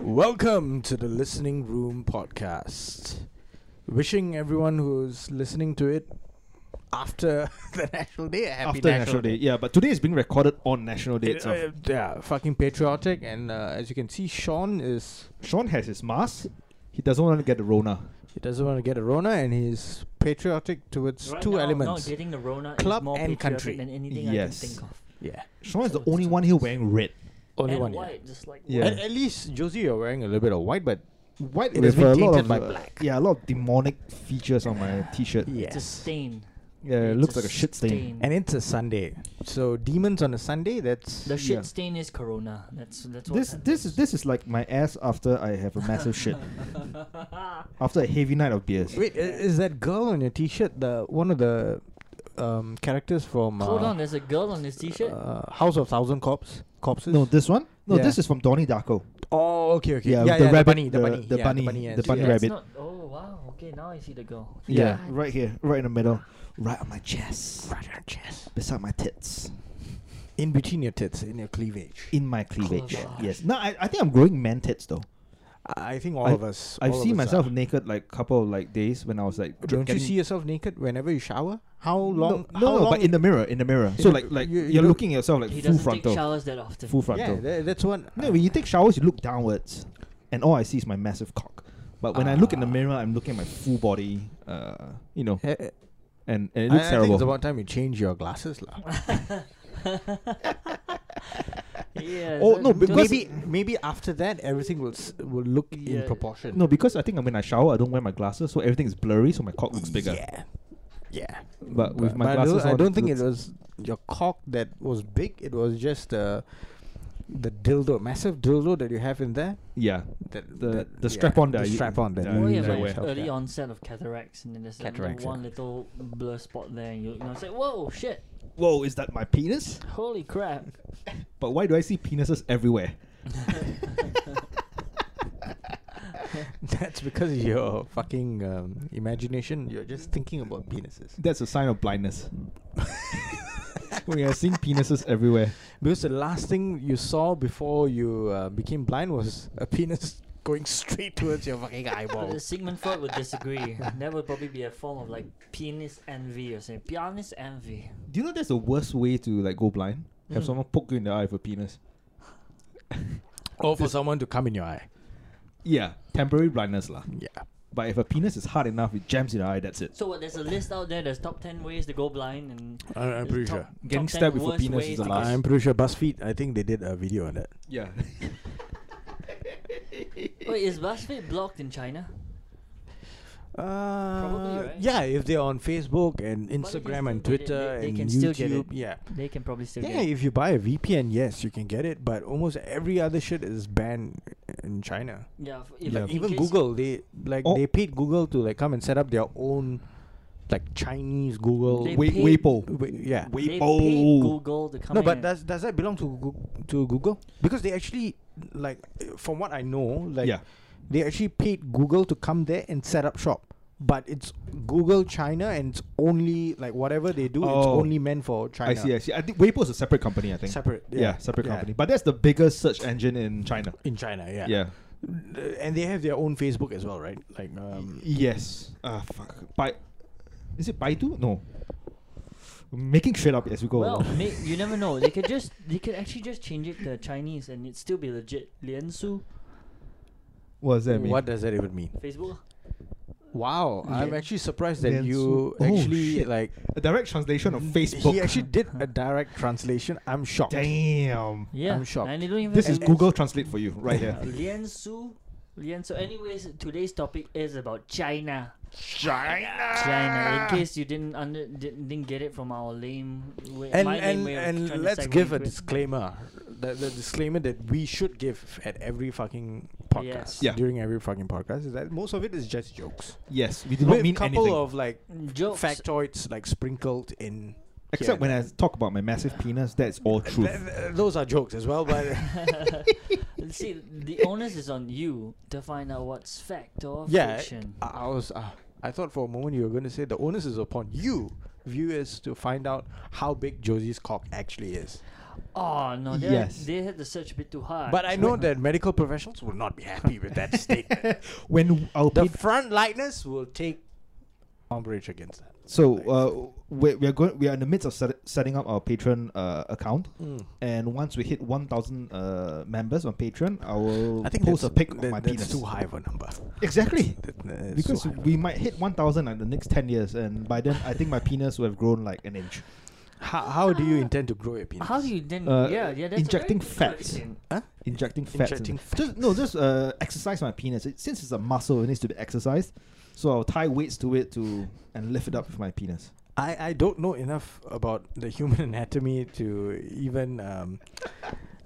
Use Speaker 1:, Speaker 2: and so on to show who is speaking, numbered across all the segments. Speaker 1: Welcome to the Listening Room podcast. Wishing everyone who's listening to it after the National Day a happy
Speaker 2: after National Day. Yeah, but today is being recorded on National Day
Speaker 1: It-
Speaker 2: itself.
Speaker 1: uh, yeah, fucking patriotic. And uh, as you can see, Sean is
Speaker 2: Sean has his mask. He doesn't want to get the Rona.
Speaker 1: he doesn't want to get a Rona, and he's patriotic towards
Speaker 3: Right
Speaker 1: two
Speaker 3: now,
Speaker 1: elements.
Speaker 3: Now getting the Rona
Speaker 1: Club
Speaker 3: is more
Speaker 1: and
Speaker 3: patriotic
Speaker 1: country.
Speaker 3: than anything
Speaker 2: Yes.
Speaker 3: I can think of.
Speaker 1: yeah,
Speaker 2: Sean is the only one here wearing red.
Speaker 1: only
Speaker 3: and
Speaker 1: one. yeah.
Speaker 3: white, just like
Speaker 2: Yeah.
Speaker 3: white.
Speaker 1: At, at least Josie, you're wearing a little bit of white, but
Speaker 2: White
Speaker 1: It has
Speaker 2: with
Speaker 1: been
Speaker 2: a lot
Speaker 1: tainted
Speaker 2: of
Speaker 1: by
Speaker 2: uh,
Speaker 1: black.
Speaker 2: Yeah, a lot of demonic features on my t-shirt.
Speaker 1: yes,
Speaker 3: It's a stain.
Speaker 2: Yeah, it
Speaker 3: It's
Speaker 2: looks like a shit stain.
Speaker 1: and it's a Sunday. So demons on a Sunday. That's
Speaker 3: the shit
Speaker 2: Yeah.
Speaker 3: stain is Corona. That's that's what
Speaker 2: This this is this is like my ass after I have a massive shit. After a heavy night of beers.
Speaker 1: Wait, i- is that girl on your T-shirt the one of the um, characters from? Uh,
Speaker 3: Hold on, there's a girl on this T-shirt.
Speaker 1: Uh, House of Thousand Corps, corpses.
Speaker 2: No, this one? No,
Speaker 1: Yeah.
Speaker 2: this is from Donnie Darko.
Speaker 1: Oh, okay, okay.
Speaker 2: Yeah,
Speaker 1: Yeah, yeah,
Speaker 2: the rabbit-
Speaker 1: bunny, the
Speaker 2: the-
Speaker 1: bunny,
Speaker 2: the
Speaker 1: yeah,
Speaker 2: bunny-
Speaker 1: yeah,
Speaker 2: the
Speaker 1: so
Speaker 2: bunny
Speaker 1: yeah.
Speaker 3: That's
Speaker 2: rabbit.
Speaker 3: not- oh wow. Okay, now I see the girl.
Speaker 2: Yeah.
Speaker 3: God.
Speaker 2: Right here, right in the middle. Right on my chest.
Speaker 1: Right on chest.
Speaker 2: Beside my tits.
Speaker 1: In between your tits, in your cleavage.
Speaker 2: In my cleavage.
Speaker 3: Cleavage.
Speaker 2: Yes. No, I, I think I'm growing man tits though.
Speaker 1: I I think all
Speaker 2: I-
Speaker 1: of us.
Speaker 2: I've
Speaker 1: all of
Speaker 2: seen
Speaker 1: us
Speaker 2: myself
Speaker 1: are.
Speaker 2: naked like couple of like days when I was like. dr-
Speaker 1: Don't you
Speaker 2: getting-
Speaker 1: see yourself naked whenever you shower? How long?
Speaker 2: No,
Speaker 1: how
Speaker 2: no,
Speaker 1: long
Speaker 2: but in the mirror, in the mirror.
Speaker 1: In
Speaker 2: so
Speaker 1: the-
Speaker 2: like like
Speaker 1: you-
Speaker 2: you,
Speaker 1: you
Speaker 2: are
Speaker 1: look-
Speaker 2: looking at yourself like
Speaker 3: He
Speaker 2: full
Speaker 3: doesn't take
Speaker 2: frontal,
Speaker 3: showers that often.
Speaker 2: full
Speaker 1: yeah,
Speaker 2: frontal.
Speaker 1: tha- that's one.
Speaker 2: no, when you take showers, you look downwards, and all I see is my massive cock. But when I look in the
Speaker 1: Ah.
Speaker 2: mirror, I'm looking at my full body. Uh, you know,
Speaker 1: Eh, eh,
Speaker 2: and, and it
Speaker 1: I-
Speaker 2: looks
Speaker 1: I,
Speaker 2: terrible.
Speaker 1: think it's about time you change your glasses, lah.
Speaker 3: yeah.
Speaker 2: Oh,
Speaker 3: that-
Speaker 2: no,
Speaker 3: that-
Speaker 2: because-
Speaker 1: maybe maybe after that everything will s- will look in
Speaker 3: Yeah.
Speaker 1: proportion.
Speaker 2: no, because I think when I shower, I don't wear my glasses, so everything is blurry, so my cock looks bigger.
Speaker 1: Yeah. Yeah.
Speaker 2: But with my
Speaker 1: I don't-
Speaker 2: glasses
Speaker 1: I don't,
Speaker 2: on, it
Speaker 1: think it
Speaker 2: looks-
Speaker 1: was your cock that was big. It was just uh, the dildo, massive dildo that you have in there.
Speaker 2: Yeah.
Speaker 1: That,
Speaker 2: The-
Speaker 1: that-
Speaker 2: the strap-on that
Speaker 1: The
Speaker 2: you-
Speaker 1: strap on that.
Speaker 2: that
Speaker 1: you
Speaker 3: Oh
Speaker 2: you
Speaker 3: yeah,
Speaker 1: use on
Speaker 2: know that
Speaker 3: my
Speaker 2: where-
Speaker 1: yourself,
Speaker 3: early
Speaker 1: yeah.
Speaker 3: onset of cataracts, and then there's like
Speaker 1: Cataracts,
Speaker 3: one
Speaker 1: yeah.
Speaker 3: little blur spot there, and you you know, say, "Whoa, shit!
Speaker 2: Whoa, is that my penis?
Speaker 3: Holy crap!"
Speaker 2: But why do I see penises everywhere?
Speaker 1: That's because of your fucking um, imagination. You're just thinking about penises.
Speaker 2: That's a sign of blindness. we are seeing penises everywhere.
Speaker 1: Because the last thing you saw before you uh, became blind was a penis going straight towards your fucking
Speaker 3: Uh,
Speaker 1: eyeball.
Speaker 3: Sigmund Freud would disagree. that would probably be a form of like penis envy or something. Pianist envy.
Speaker 2: Do you know that's the worst way to like go blind? Have
Speaker 1: Hmm.
Speaker 3: Mm.
Speaker 2: someone poke you in the eye with a penis.
Speaker 1: or for someone to come in your eye.
Speaker 2: Yeah, temporary blindness lah.
Speaker 1: Yeah.
Speaker 2: But if a penis is hard enough, it jams in the eye. That's it.
Speaker 3: So what, there's a list out there. There's top ten ways to go blind, and
Speaker 1: I- I'm
Speaker 3: the
Speaker 1: pretty
Speaker 3: top-
Speaker 1: sure.
Speaker 3: top
Speaker 2: Getting
Speaker 3: 10
Speaker 2: stabbed with a
Speaker 3: worst
Speaker 2: penis is
Speaker 3: ways
Speaker 2: the
Speaker 3: to
Speaker 2: last.
Speaker 1: I'm
Speaker 3: get-
Speaker 1: pretty sure BuzzFeed, I think they did a video on that.
Speaker 2: Yeah.
Speaker 3: Wait, is BuzzFeed blocked in China?
Speaker 1: Uh,
Speaker 3: right?
Speaker 1: Yeah, if they're on Facebook and
Speaker 3: if they
Speaker 1: Instagram and
Speaker 3: still get it,
Speaker 1: Twitter
Speaker 3: they- they
Speaker 1: and
Speaker 3: can
Speaker 1: YouTube,
Speaker 3: still get it.
Speaker 1: yeah.
Speaker 3: They can probably still
Speaker 1: Yeah,
Speaker 3: get.
Speaker 1: if you buy a VPN, yes, you can get it, but almost every other shit is banned in China.
Speaker 3: Yeah, f-
Speaker 2: Yeah.
Speaker 3: in
Speaker 1: Even
Speaker 3: case-
Speaker 1: Google, they like
Speaker 2: Oh.
Speaker 1: they paid Google to like come and set up their own like Chinese Google.
Speaker 3: They
Speaker 2: Wait,
Speaker 3: paid-
Speaker 2: Weibo.
Speaker 1: Wait, yeah.
Speaker 2: Wait,
Speaker 3: They
Speaker 2: oh.
Speaker 3: paid Google to come
Speaker 1: no,
Speaker 3: in
Speaker 1: but
Speaker 3: and-
Speaker 1: does does that belong to Google, to Google? Because they actually like uh, from what I know, like
Speaker 2: yeah.
Speaker 1: they actually paid Google to come there and set up shop. But it's Google China and it's only like whatever they do, it's
Speaker 2: Oh.
Speaker 1: only meant for China.
Speaker 2: I see. I see. I think Weibo is a separate company. I think.
Speaker 1: Separate.
Speaker 2: Yeah,
Speaker 1: Yeah,
Speaker 2: separate
Speaker 1: yeah.
Speaker 2: company. But that's the biggest search engine in China.
Speaker 1: In China, yeah.
Speaker 2: Yeah.
Speaker 1: Uh, And they have their own Facebook as well, right? Like um
Speaker 2: yes. Ah fuck. By, is it Baidu? No. We're making shit up as we go
Speaker 3: Well,
Speaker 2: along.
Speaker 3: may, you never know. They could just they could actually just change it to Chinese and it'd still be legit. Liansu,
Speaker 2: What does that mean?
Speaker 1: what does that even mean?
Speaker 3: Facebook.
Speaker 1: Wow, I'm
Speaker 2: Yeah.
Speaker 1: actually surprised that
Speaker 2: Then
Speaker 1: you
Speaker 2: so- oh,
Speaker 1: actually
Speaker 2: shit.
Speaker 1: like
Speaker 2: A direct translation of Facebook.
Speaker 1: He actually did a direct translation. I'm shocked.
Speaker 2: Damn.
Speaker 3: Yeah,
Speaker 1: I'm shocked.
Speaker 3: And they don't even
Speaker 2: This
Speaker 3: have
Speaker 2: is
Speaker 3: to-
Speaker 2: Google Translate for you right here.
Speaker 3: Liansu, Liansu. Anyways, today's topic is about China.
Speaker 1: China.
Speaker 3: China. Ah. In case you didn't under didn't, didn't get it from our lame way,
Speaker 1: and
Speaker 3: my lame
Speaker 1: and,
Speaker 3: way of trying
Speaker 1: and
Speaker 3: to
Speaker 1: let's
Speaker 3: segue
Speaker 1: give a
Speaker 3: into it.
Speaker 1: disclaimer the, the disclaimer that we should give at every fucking podcast
Speaker 3: Yes.
Speaker 2: Yeah.
Speaker 1: during every fucking podcast is that most of it is just jokes
Speaker 2: Yes, we do
Speaker 1: with
Speaker 2: not mean
Speaker 1: couple
Speaker 2: anything.
Speaker 1: of like
Speaker 3: Jokes.
Speaker 1: factoids like sprinkled in
Speaker 2: Except when I talk about my massive penis, that's all truth.
Speaker 1: Th- th- those are jokes as well but
Speaker 3: See, the onus is on you to find out what's fact or
Speaker 1: yeah
Speaker 3: fiction.
Speaker 1: I, I was uh, I thought for a moment you were going to say the onus is upon you viewers to find out how big Josie's cock actually is
Speaker 3: Oh no, they
Speaker 2: Yes.
Speaker 3: they had the search a bit too hard.
Speaker 1: But I know that medical professionals will not be happy with that statement.
Speaker 2: when our
Speaker 1: The
Speaker 2: ped-
Speaker 1: frontliners will take umbrage against that.
Speaker 2: so uh, we're, we're going we are in the midst of set, setting up our Patreon uh, account,
Speaker 1: Hmm.
Speaker 2: and once we hit one thousand uh, members on Patreon, I will
Speaker 1: I think
Speaker 2: post a
Speaker 1: that's,
Speaker 2: pic of
Speaker 1: that-
Speaker 2: my
Speaker 1: that's
Speaker 2: penis.
Speaker 1: too high of a number.
Speaker 2: Exactly.
Speaker 1: That- that's too
Speaker 2: Because
Speaker 1: high of a
Speaker 2: we
Speaker 1: number.
Speaker 2: might hit 1,000 in the next 10 years, and by then I think my penis will have grown like an inch.
Speaker 1: How, how do you intend to grow your penis?
Speaker 3: How do you then?
Speaker 2: Uh,
Speaker 3: yeah, yeah. That's a
Speaker 2: injecting
Speaker 3: very good
Speaker 2: fats.
Speaker 3: question.
Speaker 1: Huh?
Speaker 2: Injecting fats. in
Speaker 1: Injecting
Speaker 2: it. Just, no, just uh, exercise my penis. It, since it's a muscle, it needs to be exercised. So I'll tie weights to it to and lift it up with my penis.
Speaker 1: I, I don't know enough about the human anatomy to even um,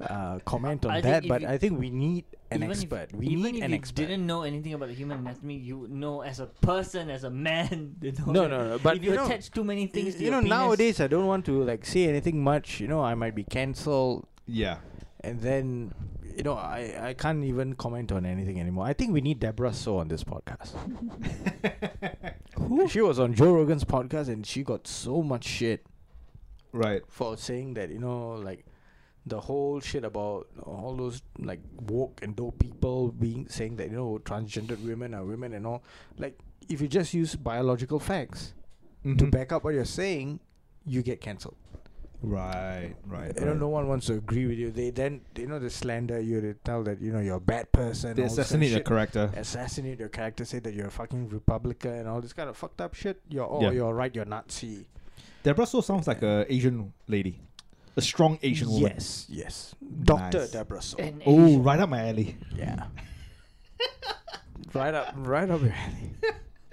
Speaker 1: uh, comment on
Speaker 3: I think
Speaker 1: that,
Speaker 3: if
Speaker 1: but
Speaker 3: you-
Speaker 1: I think we need an
Speaker 3: even
Speaker 1: expert.
Speaker 3: If,
Speaker 1: we
Speaker 3: even
Speaker 1: need
Speaker 3: if
Speaker 1: an
Speaker 3: you
Speaker 1: expert.
Speaker 3: didn't know anything about the human anatomy, you would know as a person, as a man. You know
Speaker 1: No,
Speaker 3: that
Speaker 1: no, no, but
Speaker 3: if you,
Speaker 1: you know-
Speaker 3: attach too many things, to
Speaker 1: you
Speaker 3: your
Speaker 1: know,
Speaker 3: penis-
Speaker 1: nowadays uh, I don't want to like say anything much. You know, I might be cancelled,
Speaker 2: Yeah.
Speaker 1: and then you know I, I can't even comment on anything anymore. I think we need Deborah So on this podcast. Who? She was on Joe Rogan's podcast, and she got so much shit
Speaker 2: Right.
Speaker 1: for saying that you know like the whole shit about all those like woke and dope people being saying that you know transgendered women are women and all like if you just use biological facts to
Speaker 2: Mhm.
Speaker 1: back up what you're saying you get cancelled
Speaker 2: Right, right.
Speaker 1: you know
Speaker 2: right.
Speaker 1: no one wants to agree with you they then you know they slander you they tell that you know you're a bad person
Speaker 2: They
Speaker 1: all this kind of
Speaker 2: assassinate your
Speaker 1: shit.
Speaker 2: character.
Speaker 1: assassinate your character say that you're a fucking republican and all this kind of fucked up shit you're oh
Speaker 2: Yeah.
Speaker 1: you're right you're nazi
Speaker 2: Deborah So sounds like a Asian lady. A strong Asian woman.
Speaker 1: yes yes dr
Speaker 2: Nice.
Speaker 1: deborah so
Speaker 3: And
Speaker 2: Oh,
Speaker 3: Asian-
Speaker 2: right up my alley.
Speaker 1: Yeah. right up, right up your alley.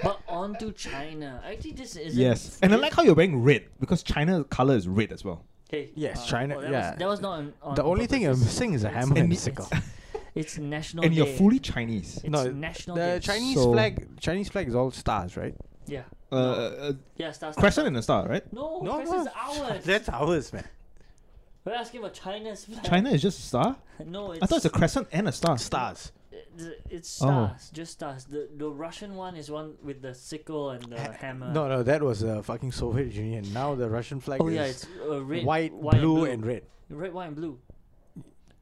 Speaker 3: But onto China. Actually, this is
Speaker 2: Yes. And I like how you're wearing red because China's color is red as well.
Speaker 3: Hey,
Speaker 1: Yes,
Speaker 3: uh,
Speaker 1: China-
Speaker 3: oh, that
Speaker 1: yeah.
Speaker 3: Was, that was not on. on
Speaker 1: The only thing you're
Speaker 3: purpose.
Speaker 1: missing is a
Speaker 3: It's-
Speaker 1: hammer and a
Speaker 2: it's-
Speaker 1: sickle.
Speaker 3: It's national.
Speaker 2: and you're
Speaker 3: Day.
Speaker 2: fully Chinese.
Speaker 3: It's
Speaker 1: No,
Speaker 3: national.
Speaker 1: The
Speaker 3: Day.
Speaker 1: Chinese
Speaker 2: So-
Speaker 1: flag, Chinese flag is all stars, right?
Speaker 3: Yeah.
Speaker 2: Uh, uh,
Speaker 3: Yeah. Stars.
Speaker 2: crescent and a star, right?
Speaker 3: No, no, Crescent's Oh, ours.
Speaker 1: That's ours, man.
Speaker 3: We're asking about China's flag.
Speaker 2: China is just a star.
Speaker 3: No, it's
Speaker 2: I thought it's a crescent and a star.
Speaker 1: Stars.
Speaker 3: it- it's
Speaker 2: Oh.
Speaker 3: stars, just stars. The the Russian one is one with the sickle and the hammer.
Speaker 1: No, no, that was a uh, fucking Soviet Union. Now the Russian flag
Speaker 3: Oh
Speaker 1: is
Speaker 3: yeah, it's uh, red,
Speaker 1: white,
Speaker 3: white
Speaker 1: blue,
Speaker 3: and
Speaker 1: and red.
Speaker 3: blue. red, white, and blue.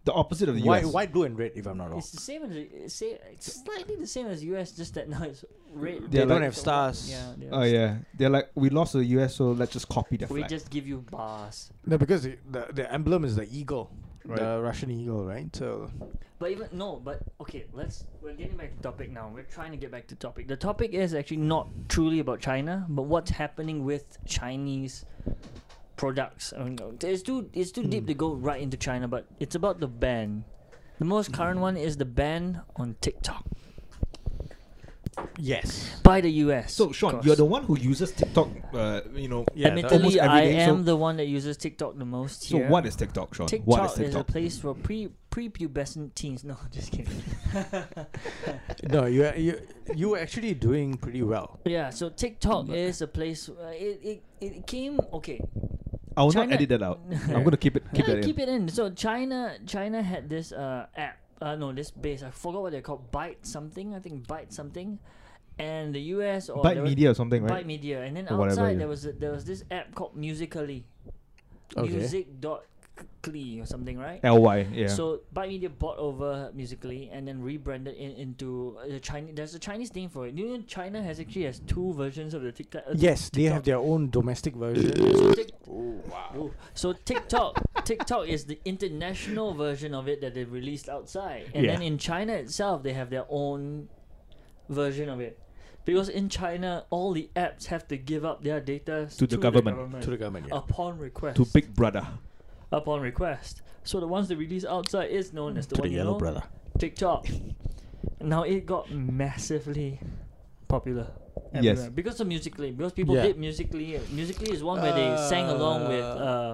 Speaker 2: The opposite of the
Speaker 1: White,
Speaker 2: US.
Speaker 1: white, blue, and red. If I'm not wrong.
Speaker 3: It's the same as the- say it's slightly the same as US, just that now it's red.
Speaker 2: They
Speaker 3: blue,
Speaker 2: don't
Speaker 3: and
Speaker 1: have
Speaker 3: white.
Speaker 1: stars.
Speaker 3: Yeah. they
Speaker 2: Oh
Speaker 3: have
Speaker 2: yeah, they're like we lost to the US, so let's just copy the
Speaker 3: stars. We
Speaker 2: flag.
Speaker 3: just give you bars.
Speaker 1: No, because the, the the emblem is the eagle,
Speaker 2: Right.
Speaker 1: the Russian eagle, right? So
Speaker 3: But even no, but okay, let's we're getting back to topic now. We're trying to get back to topic. The topic is actually not truly about China, but what's happening with Chinese products. I mean, uh, it's too it's too
Speaker 2: Hmm.
Speaker 3: deep to go right into China, but it's about the ban. The most
Speaker 2: Hmm.
Speaker 3: current one is the ban on TikTok
Speaker 1: yes,
Speaker 3: by the US.
Speaker 2: so
Speaker 3: of
Speaker 2: Sean,
Speaker 3: course.
Speaker 2: you're the one who uses TikTok. Uh, you know.
Speaker 1: Yeah, that-
Speaker 3: Admittedly,
Speaker 2: almost every
Speaker 3: I
Speaker 2: day, so-
Speaker 3: am the one that uses TikTok the most
Speaker 2: So
Speaker 3: here.
Speaker 2: what is TikTok, Sean?
Speaker 3: TikTok,
Speaker 2: what is
Speaker 3: is a
Speaker 2: TikTok?
Speaker 3: place for pre prepubescent teens. No, just kidding.
Speaker 1: no, you you you were actually doing pretty well.
Speaker 3: Yeah, so TikTok is a place. Uh, it, it it came okay.
Speaker 2: I will
Speaker 3: China-
Speaker 2: not edit that out.
Speaker 1: Yeah.
Speaker 2: I'm gonna keep it. Keep
Speaker 3: no,
Speaker 2: that
Speaker 3: keep
Speaker 2: in.
Speaker 3: it in. So China China had this uh app. Uh, no, this base. I forgot what they're called. Bite something. I think Bite something. And the U.S. or
Speaker 2: Byte
Speaker 3: there was-
Speaker 2: Media or something, right?
Speaker 3: Byte Media. And then
Speaker 2: Or whatever,
Speaker 3: outside
Speaker 2: yeah.
Speaker 3: there was a, there was this app called Musically.
Speaker 1: Okay.
Speaker 3: Music dot Musically or something, right?
Speaker 2: Ly. Yeah.
Speaker 3: So Byte Media bought over Musically and then rebranded it into the Chinese. There's a Chinese name for it. You know, China has actually has two versions of the TikTok. uh,
Speaker 1: Yes, they have their
Speaker 3: TikTok.
Speaker 1: own domestic version.
Speaker 3: So Tik- Ooh. So TikTok, TikTok is the international version of it that they've released outside, and
Speaker 2: Yeah.
Speaker 3: then in China itself, they have their own version of it. Because in China, all the apps have to give up their data
Speaker 2: To the government.
Speaker 1: to the government. Yeah.
Speaker 3: upon request.
Speaker 2: to Big Brother.
Speaker 3: upon request. So the ones they release outside is
Speaker 2: Hmm.
Speaker 3: known as the,
Speaker 1: to
Speaker 3: one
Speaker 1: the
Speaker 3: you
Speaker 1: yellow
Speaker 3: know,
Speaker 1: brother.
Speaker 3: TikTok. now it got massively popular.
Speaker 2: Yes.
Speaker 3: everywhere because of musically, because people
Speaker 1: Yeah.
Speaker 3: did musically. Musically is one where they sang along with.
Speaker 1: Uh,
Speaker 3: Uh,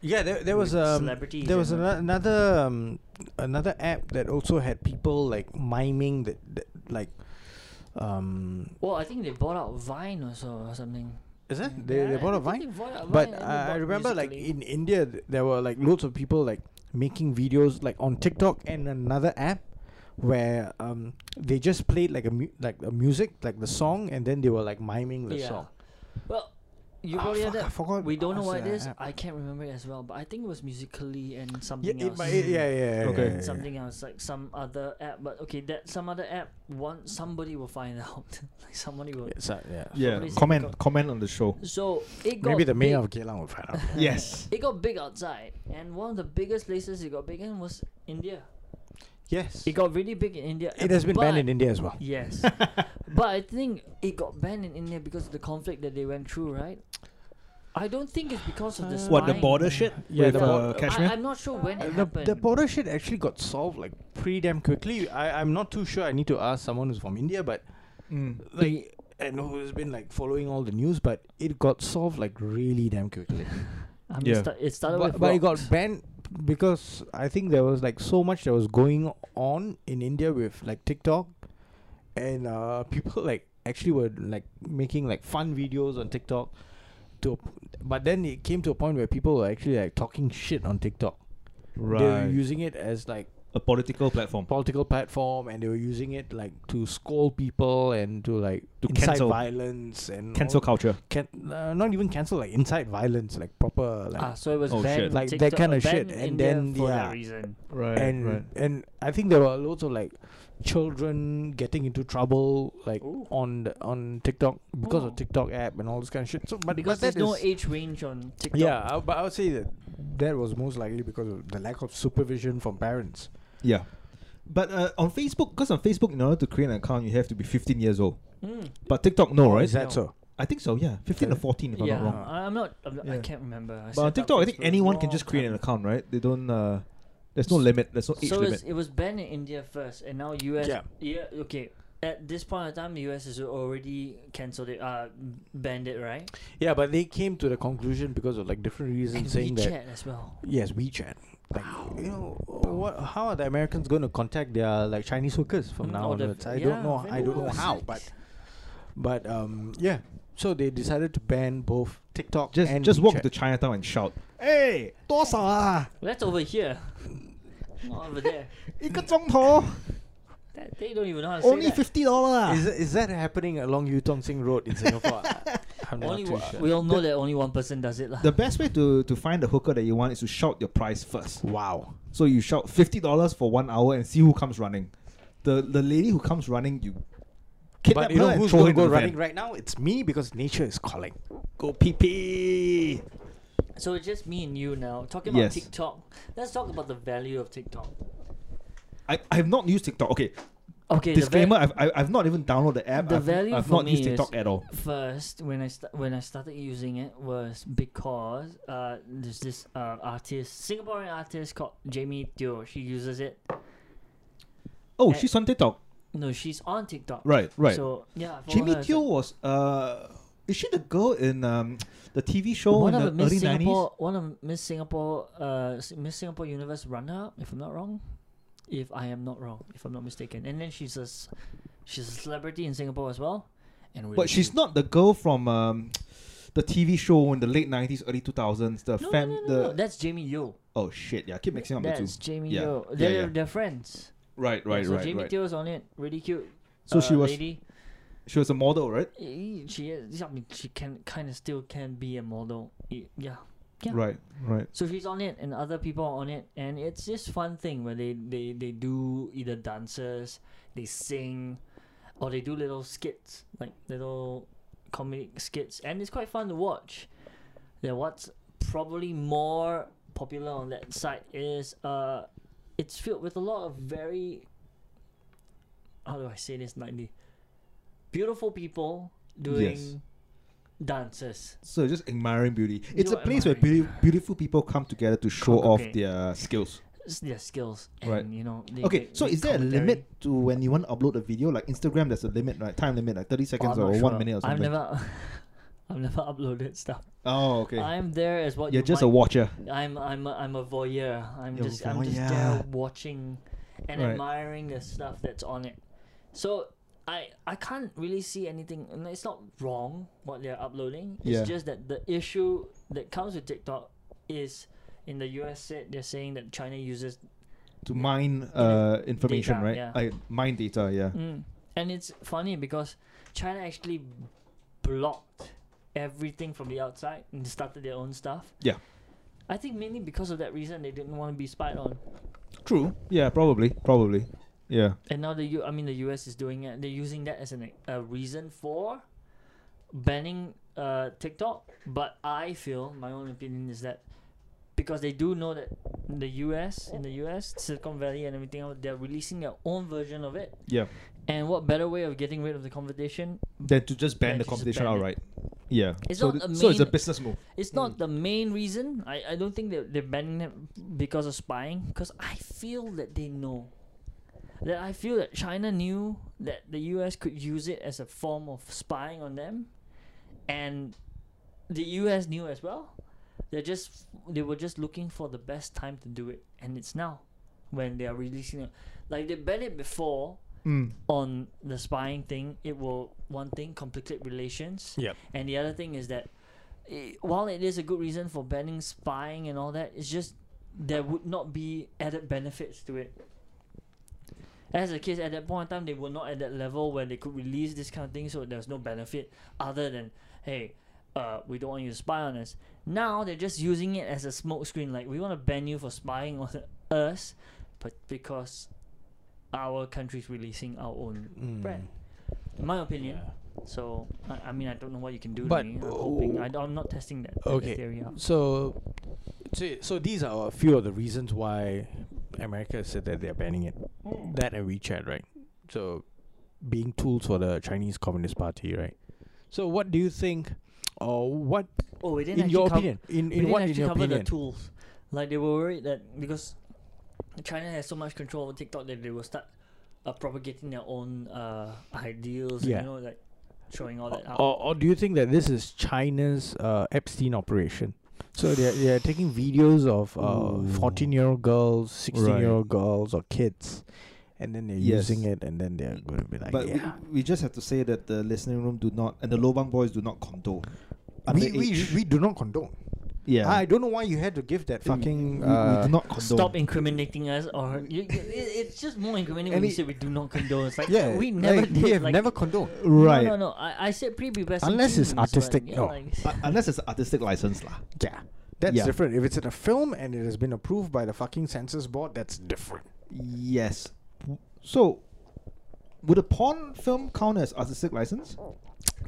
Speaker 1: Yeah, there, there was
Speaker 3: With
Speaker 1: um,
Speaker 3: celebrities
Speaker 1: there was
Speaker 3: and
Speaker 1: ano- another um, another app that also had people like miming that, that like um
Speaker 3: Well, I think they bought out Vine also or something.
Speaker 1: is
Speaker 3: Yeah,
Speaker 1: it they, they
Speaker 3: I
Speaker 1: bought a
Speaker 3: think
Speaker 1: vine,
Speaker 3: they bought out
Speaker 1: but
Speaker 3: Vine and they
Speaker 1: I I
Speaker 3: bought
Speaker 1: remember like
Speaker 3: Musical.ly.
Speaker 1: in India th- there were like loads of people like making videos like on TikTok and another app where um they just played like a mu- like a music like the song and then they were like miming the
Speaker 3: Yeah.
Speaker 1: song.
Speaker 3: Well, You
Speaker 1: Ah,
Speaker 3: probably had
Speaker 1: fuck, I
Speaker 3: that.
Speaker 1: forgot.
Speaker 3: We don't know
Speaker 1: what's
Speaker 3: what it
Speaker 1: the
Speaker 3: is.
Speaker 1: app?
Speaker 3: I can't remember it as well, but I think it was musically and
Speaker 1: Yeah,
Speaker 3: something
Speaker 1: it,
Speaker 3: else.
Speaker 1: might- it, yeah, yeah, yeah.
Speaker 2: Okay.
Speaker 1: yeah, yeah.
Speaker 3: something else like some other app but okay that some other app one somebody will find out like somebody will
Speaker 1: It's a- yeah.
Speaker 2: Yeah,
Speaker 3: Somebody's
Speaker 2: comment
Speaker 3: got-
Speaker 2: comment on the show.
Speaker 3: so it got
Speaker 1: Maybe the mayor
Speaker 3: big-
Speaker 1: of Geylang will find out.
Speaker 2: yes.
Speaker 3: it got big outside and one of the biggest places it got big in was india
Speaker 1: yes.
Speaker 3: it got really big in india
Speaker 1: It has been
Speaker 3: but-
Speaker 1: banned in India as well.
Speaker 3: yes but i think it got banned in india because of the conflict that they went through right i don't think it's because of the
Speaker 2: what the
Speaker 3: spying.
Speaker 2: border shit?
Speaker 1: Yeah,
Speaker 2: with,
Speaker 1: the
Speaker 2: uh,
Speaker 1: bor-
Speaker 2: Kashmir.
Speaker 3: I, am not sure when it
Speaker 1: Uh, the,
Speaker 3: happened
Speaker 1: the border shit actually got solved like pretty damn quickly. I, I'm not too sure. I need to ask someone who's from India, but
Speaker 2: Mm.
Speaker 1: like and who's been like following all the news, but it got solved like really damn quickly.
Speaker 3: I mean,
Speaker 2: Yeah.
Speaker 3: it, sta- it started
Speaker 1: but
Speaker 3: with
Speaker 1: but it got
Speaker 3: rocks.
Speaker 1: banned because I think there was like so much that was going on in India with like TikTok, and uh, people like actually were like making like fun videos on TikTok. To, a p- but then it came to a point where people were actually like talking shit on TikTok. They were
Speaker 2: Right.
Speaker 1: using it as like
Speaker 2: A political platform.
Speaker 1: political platform and they were using it like to scold people and to like
Speaker 2: To
Speaker 1: incite
Speaker 2: cancel.
Speaker 1: violence and
Speaker 2: Cancel
Speaker 1: all,
Speaker 2: culture.
Speaker 1: can, uh, not even cancel like incite violence like proper like
Speaker 3: ah, so it was
Speaker 2: Oh,
Speaker 3: banned
Speaker 2: shit.
Speaker 3: in
Speaker 1: Like that
Speaker 3: TikTok-
Speaker 1: kind of
Speaker 3: banned
Speaker 1: shit,
Speaker 3: in
Speaker 1: and
Speaker 3: India
Speaker 1: then,
Speaker 3: for
Speaker 1: yeah.
Speaker 3: that reason
Speaker 2: Right.
Speaker 1: and and I think there were loads of like children getting into trouble like
Speaker 3: Ooh.
Speaker 1: on the, on TikTok because
Speaker 3: Oh.
Speaker 1: of TikTok app and all this kind of shit. So but
Speaker 3: because
Speaker 1: but that
Speaker 3: there's no
Speaker 1: is-
Speaker 3: age range on TikTok.
Speaker 1: yeah, I, but I would say that that was most likely because of the lack of supervision from parents.
Speaker 2: Yeah. But uh, on Facebook, because on Facebook, in order to create an account, you have to be 15 years old.
Speaker 3: Mm.
Speaker 2: But TikTok, no, right?
Speaker 1: Is that
Speaker 3: No.
Speaker 1: so?
Speaker 2: I think so. Yeah, 15 or 14, if I'm
Speaker 3: yeah.
Speaker 2: not wrong.
Speaker 3: I- I'm not. I'm not- i
Speaker 2: Yeah.
Speaker 3: can't remember. I
Speaker 2: But on
Speaker 3: set up
Speaker 2: TikTok, I think
Speaker 3: Facebook a
Speaker 2: anyone can
Speaker 3: long
Speaker 2: just create
Speaker 3: time
Speaker 2: an
Speaker 3: ago.
Speaker 2: account, right? They don't. Uh, there's no limit. There's no age
Speaker 3: So it's,
Speaker 2: limit.
Speaker 3: it was banned in India first, and now US.
Speaker 1: Yeah.
Speaker 3: Yeah. Okay. At this point in time, the US has already cancelled it. Uh, banned it, right?
Speaker 1: Yeah, but they came to the conclusion because of like different reasons,
Speaker 3: And
Speaker 1: saying that
Speaker 3: WeChat as well.
Speaker 1: Yes, WeChat. Like, you know, what? How are the Americans going to contact their like Chinese hookers from
Speaker 3: Mm,
Speaker 1: now
Speaker 3: or the-
Speaker 1: onwards? I
Speaker 3: yeah,
Speaker 1: don't know. I
Speaker 3: very
Speaker 1: don't know
Speaker 3: well
Speaker 1: how,
Speaker 3: said.
Speaker 1: but but um, yeah. So they decided to ban both TikTok
Speaker 2: Just
Speaker 1: and
Speaker 2: just walk
Speaker 1: WeChat.
Speaker 2: to Chinatown and shout, "Hey, 多少啊？
Speaker 3: That's over here. not over there.
Speaker 2: 一个钟头
Speaker 3: That, they don't even know how to
Speaker 2: only
Speaker 3: say that.
Speaker 2: fifty dollar
Speaker 1: Is is that happening along Yu Tong Sing Road in Singapore? I- I'm not
Speaker 3: Only
Speaker 1: too
Speaker 3: one,
Speaker 1: sure.
Speaker 3: we all know that only one person does it, lah.
Speaker 2: The best way to to find the hooker that you want is to shout your price first.
Speaker 1: wow.
Speaker 2: So you shout fifty dollars for one hour and see who comes running. The the lady who comes running, you kidnap
Speaker 1: But you
Speaker 2: her
Speaker 1: know
Speaker 2: and
Speaker 1: who's
Speaker 2: throw her
Speaker 1: going to
Speaker 2: into
Speaker 1: go
Speaker 2: the van.
Speaker 1: running right now? It's me because nature is calling. Go pee pee.
Speaker 3: So it's just me and you now talking about
Speaker 2: Yes.
Speaker 3: TikTok. Let's talk about the value of TikTok.
Speaker 2: I, I have not used TikTok. Okay,
Speaker 3: Okay. the va-
Speaker 2: disclaimer: I've, I- I've not even downloaded the app.
Speaker 3: The
Speaker 2: I've,
Speaker 3: value
Speaker 2: I've
Speaker 3: for
Speaker 2: not
Speaker 3: me
Speaker 2: used
Speaker 3: is-
Speaker 2: TikTok at all.
Speaker 3: first when I sta- when I started using it was because uh, there's this uh, artist, Singaporean artist called Jamie Teo. She uses it.
Speaker 2: Oh,
Speaker 3: Eh.
Speaker 2: she's on TikTok.
Speaker 3: No, she's on TikTok.
Speaker 2: Right, right.
Speaker 3: So yeah, I follow
Speaker 2: Jamie
Speaker 3: her.
Speaker 2: Teo was uh, is she the girl in um the TV show
Speaker 3: one
Speaker 2: in
Speaker 3: of
Speaker 2: the
Speaker 3: Miss
Speaker 2: early nineties?
Speaker 3: Singapore, one of Miss Singapore, uh, S- Miss Singapore Universe runner, if I'm not wrong, if I am not wrong, if I'm not mistaken. And then she's a s- she's a celebrity in Singapore as well. And really
Speaker 2: But she's
Speaker 3: cute.
Speaker 2: not the girl from um the TV show in the late nineties, early two thousands. The
Speaker 3: No,
Speaker 2: fam,
Speaker 3: no, no, no, no,
Speaker 2: the
Speaker 3: That's Jamie Yo.
Speaker 2: oh shit, yeah, I keep mixing up the two.
Speaker 3: That's Jamie
Speaker 2: Yeah,
Speaker 3: Yo.
Speaker 2: yeah,
Speaker 3: They're,
Speaker 2: yeah.
Speaker 3: they're friends.
Speaker 2: Right,
Speaker 3: Yeah,
Speaker 2: right,
Speaker 3: so
Speaker 2: right,
Speaker 3: Jamie
Speaker 2: right.
Speaker 3: Teo's on it. Really cute.
Speaker 2: So she
Speaker 3: uh,
Speaker 2: was-
Speaker 3: Lady.
Speaker 2: She was a model, right?
Speaker 3: Eh, She is. I mean, she can kind of still can be a model. Eh, Yeah. Yeah.
Speaker 2: Right, right.
Speaker 3: So she's on it, and other people are on it, and it's this fun thing where they they they do either dances, they sing, or they do little skits like little comedic skits, and it's quite fun to watch. Then what's probably more popular on that side is uh, it's filled with a lot of very how do I say this lightly, beautiful people doing
Speaker 2: Yes.
Speaker 3: dances.
Speaker 2: So just admiring beauty. It's a
Speaker 3: You're
Speaker 2: place where
Speaker 3: admiring.
Speaker 2: beauty, beautiful people come together to show off
Speaker 3: Congregate.
Speaker 2: their skills.
Speaker 3: s- their skills and
Speaker 2: Right.
Speaker 3: you know they,
Speaker 2: Okay,
Speaker 3: they-
Speaker 2: so
Speaker 3: they
Speaker 2: is there a
Speaker 3: commentary.
Speaker 2: limit to when you want to upload a video? Like Instagram, there's a limit, right? Time limit, like thirty
Speaker 3: Oh, I'm
Speaker 2: seconds
Speaker 3: not
Speaker 2: or
Speaker 3: sure.
Speaker 2: one minute or
Speaker 3: I've
Speaker 2: something.
Speaker 3: never I've never uploaded stuff
Speaker 2: oh, okay.
Speaker 3: I'm there as what
Speaker 2: You're
Speaker 3: you
Speaker 2: just
Speaker 3: might,
Speaker 2: a watcher.
Speaker 3: I'm I'm a, I'm a voyeur I'm
Speaker 2: You're a
Speaker 3: just I'm just there
Speaker 2: voyeur.
Speaker 3: watching and
Speaker 2: Right.
Speaker 3: admiring the stuff that's on it so I I can't really see anything and it's not wrong what they're uploading it's
Speaker 2: Yeah.
Speaker 3: just that the issue that comes with TikTok is in the US said they're saying that China uses
Speaker 2: to mine uh, information,
Speaker 3: Data,
Speaker 2: right?
Speaker 3: yeah.
Speaker 2: I mine data, yeah.
Speaker 3: Mm. And it's funny because China actually blocked everything from the outside and started their own stuff.
Speaker 2: Yeah.
Speaker 3: I think mainly because of that reason they didn't want to be spied on.
Speaker 2: True. Yeah, probably, probably. Yeah.
Speaker 3: And now the U, I mean the US is doing it. They're using that as an a reason for banning uh, TikTok. But I feel my own opinion is that because they do know that in the US, in the US, Silicon Valley and everything else, they're releasing their own version of it.
Speaker 2: Yeah.
Speaker 3: And what better way of getting rid of the competition?
Speaker 2: Then to just ban
Speaker 3: Then
Speaker 2: the
Speaker 3: to just
Speaker 2: competition
Speaker 3: ban it.
Speaker 2: outright. Yeah.
Speaker 3: It's
Speaker 2: so,
Speaker 3: not
Speaker 2: th-
Speaker 3: a
Speaker 2: so it's a
Speaker 3: main-
Speaker 2: business move.
Speaker 3: It's not the main reason. I, I don't think they're, they're banning it because of spying, because I feel that they know. That I feel that China knew that the US could use it as a form of spying on them, and the US knew as well. They're just they were just looking for the best time to do it, and it's now when they are releasing it. Like they banned it before
Speaker 2: Mm.
Speaker 3: on the spying thing. It will one thing complicate relations.
Speaker 1: Yep.
Speaker 3: And the other thing is that i while it is a good reason for banning spying and all that, it's just there would not be added benefits to it. As a case, at that point in time, they were not at that level where they could release this kind of thing, so there's no benefit other than, hey, uh, we don't want you to spy on us. Now they're just using it as a smokescreen, like, we want to ban you for spying on us, but because our country's releasing our own
Speaker 1: Mm.
Speaker 3: brand. In my opinion, so I, I mean I don't know what you can do
Speaker 1: But,
Speaker 3: to me. I'm hoping
Speaker 1: oh,
Speaker 3: I, am not testing that, that
Speaker 1: okay.
Speaker 3: theory out.
Speaker 1: So, so, so these are a few of the reasons why America said that they are banning it.
Speaker 3: Hmm.
Speaker 1: That and WeChat, right? So, being tools for the Chinese Communist Party, right? So, what do you think, or what,
Speaker 3: Oh, we didn't
Speaker 1: in
Speaker 3: actually
Speaker 1: your
Speaker 3: cov-
Speaker 1: opinion, in,
Speaker 3: we
Speaker 1: in
Speaker 3: didn't
Speaker 1: what, in
Speaker 3: actually
Speaker 1: your
Speaker 3: cover
Speaker 1: opinion?
Speaker 3: the tools. Like they were worried that because China has so much control over TikTok that they will start uh, propagating their own uh, ideals.
Speaker 1: Yeah. Oh,
Speaker 3: And, you know, like showing all that uh, out.
Speaker 1: or, or do you think that this is China's uh, Epstein operation? So they're they're taking videos of
Speaker 2: Ooh.
Speaker 1: uh, fourteen year old girls, sixteen year old
Speaker 2: Right.
Speaker 1: girls, or kids, and then they're
Speaker 2: Yes.
Speaker 1: using it, and then they're going to be like,
Speaker 2: but
Speaker 1: yeah.
Speaker 2: we, we just have to say that the listening room do not and the Lobang boys do not condone.
Speaker 1: We, we,
Speaker 2: Underage.
Speaker 1: we do not condone.
Speaker 2: yeah.
Speaker 1: I don't know why you had to give that
Speaker 2: We-
Speaker 1: fucking.
Speaker 2: we, we
Speaker 1: uh,
Speaker 2: do not condone.
Speaker 3: Stop incriminating us, or you, you, it, it's just more incriminating when
Speaker 1: And
Speaker 3: you
Speaker 1: it-
Speaker 3: say we do not condone. It's like
Speaker 1: yeah,
Speaker 3: we never
Speaker 1: like,
Speaker 3: did.
Speaker 1: we have
Speaker 3: like,
Speaker 1: never condoned.
Speaker 2: Right.
Speaker 3: No, no, no. I, I said prepubescent.
Speaker 1: Unless it's
Speaker 3: teens, but
Speaker 1: artistic,
Speaker 3: yeah,
Speaker 1: no.
Speaker 3: like-
Speaker 2: Uh, unless it's artistic license lah.
Speaker 1: Yeah, that's
Speaker 2: Yeah.
Speaker 1: different. If it's in a film and it has been approved by the fucking censors board, that's different.
Speaker 2: Yes. W- So, would a porn film count as artistic license?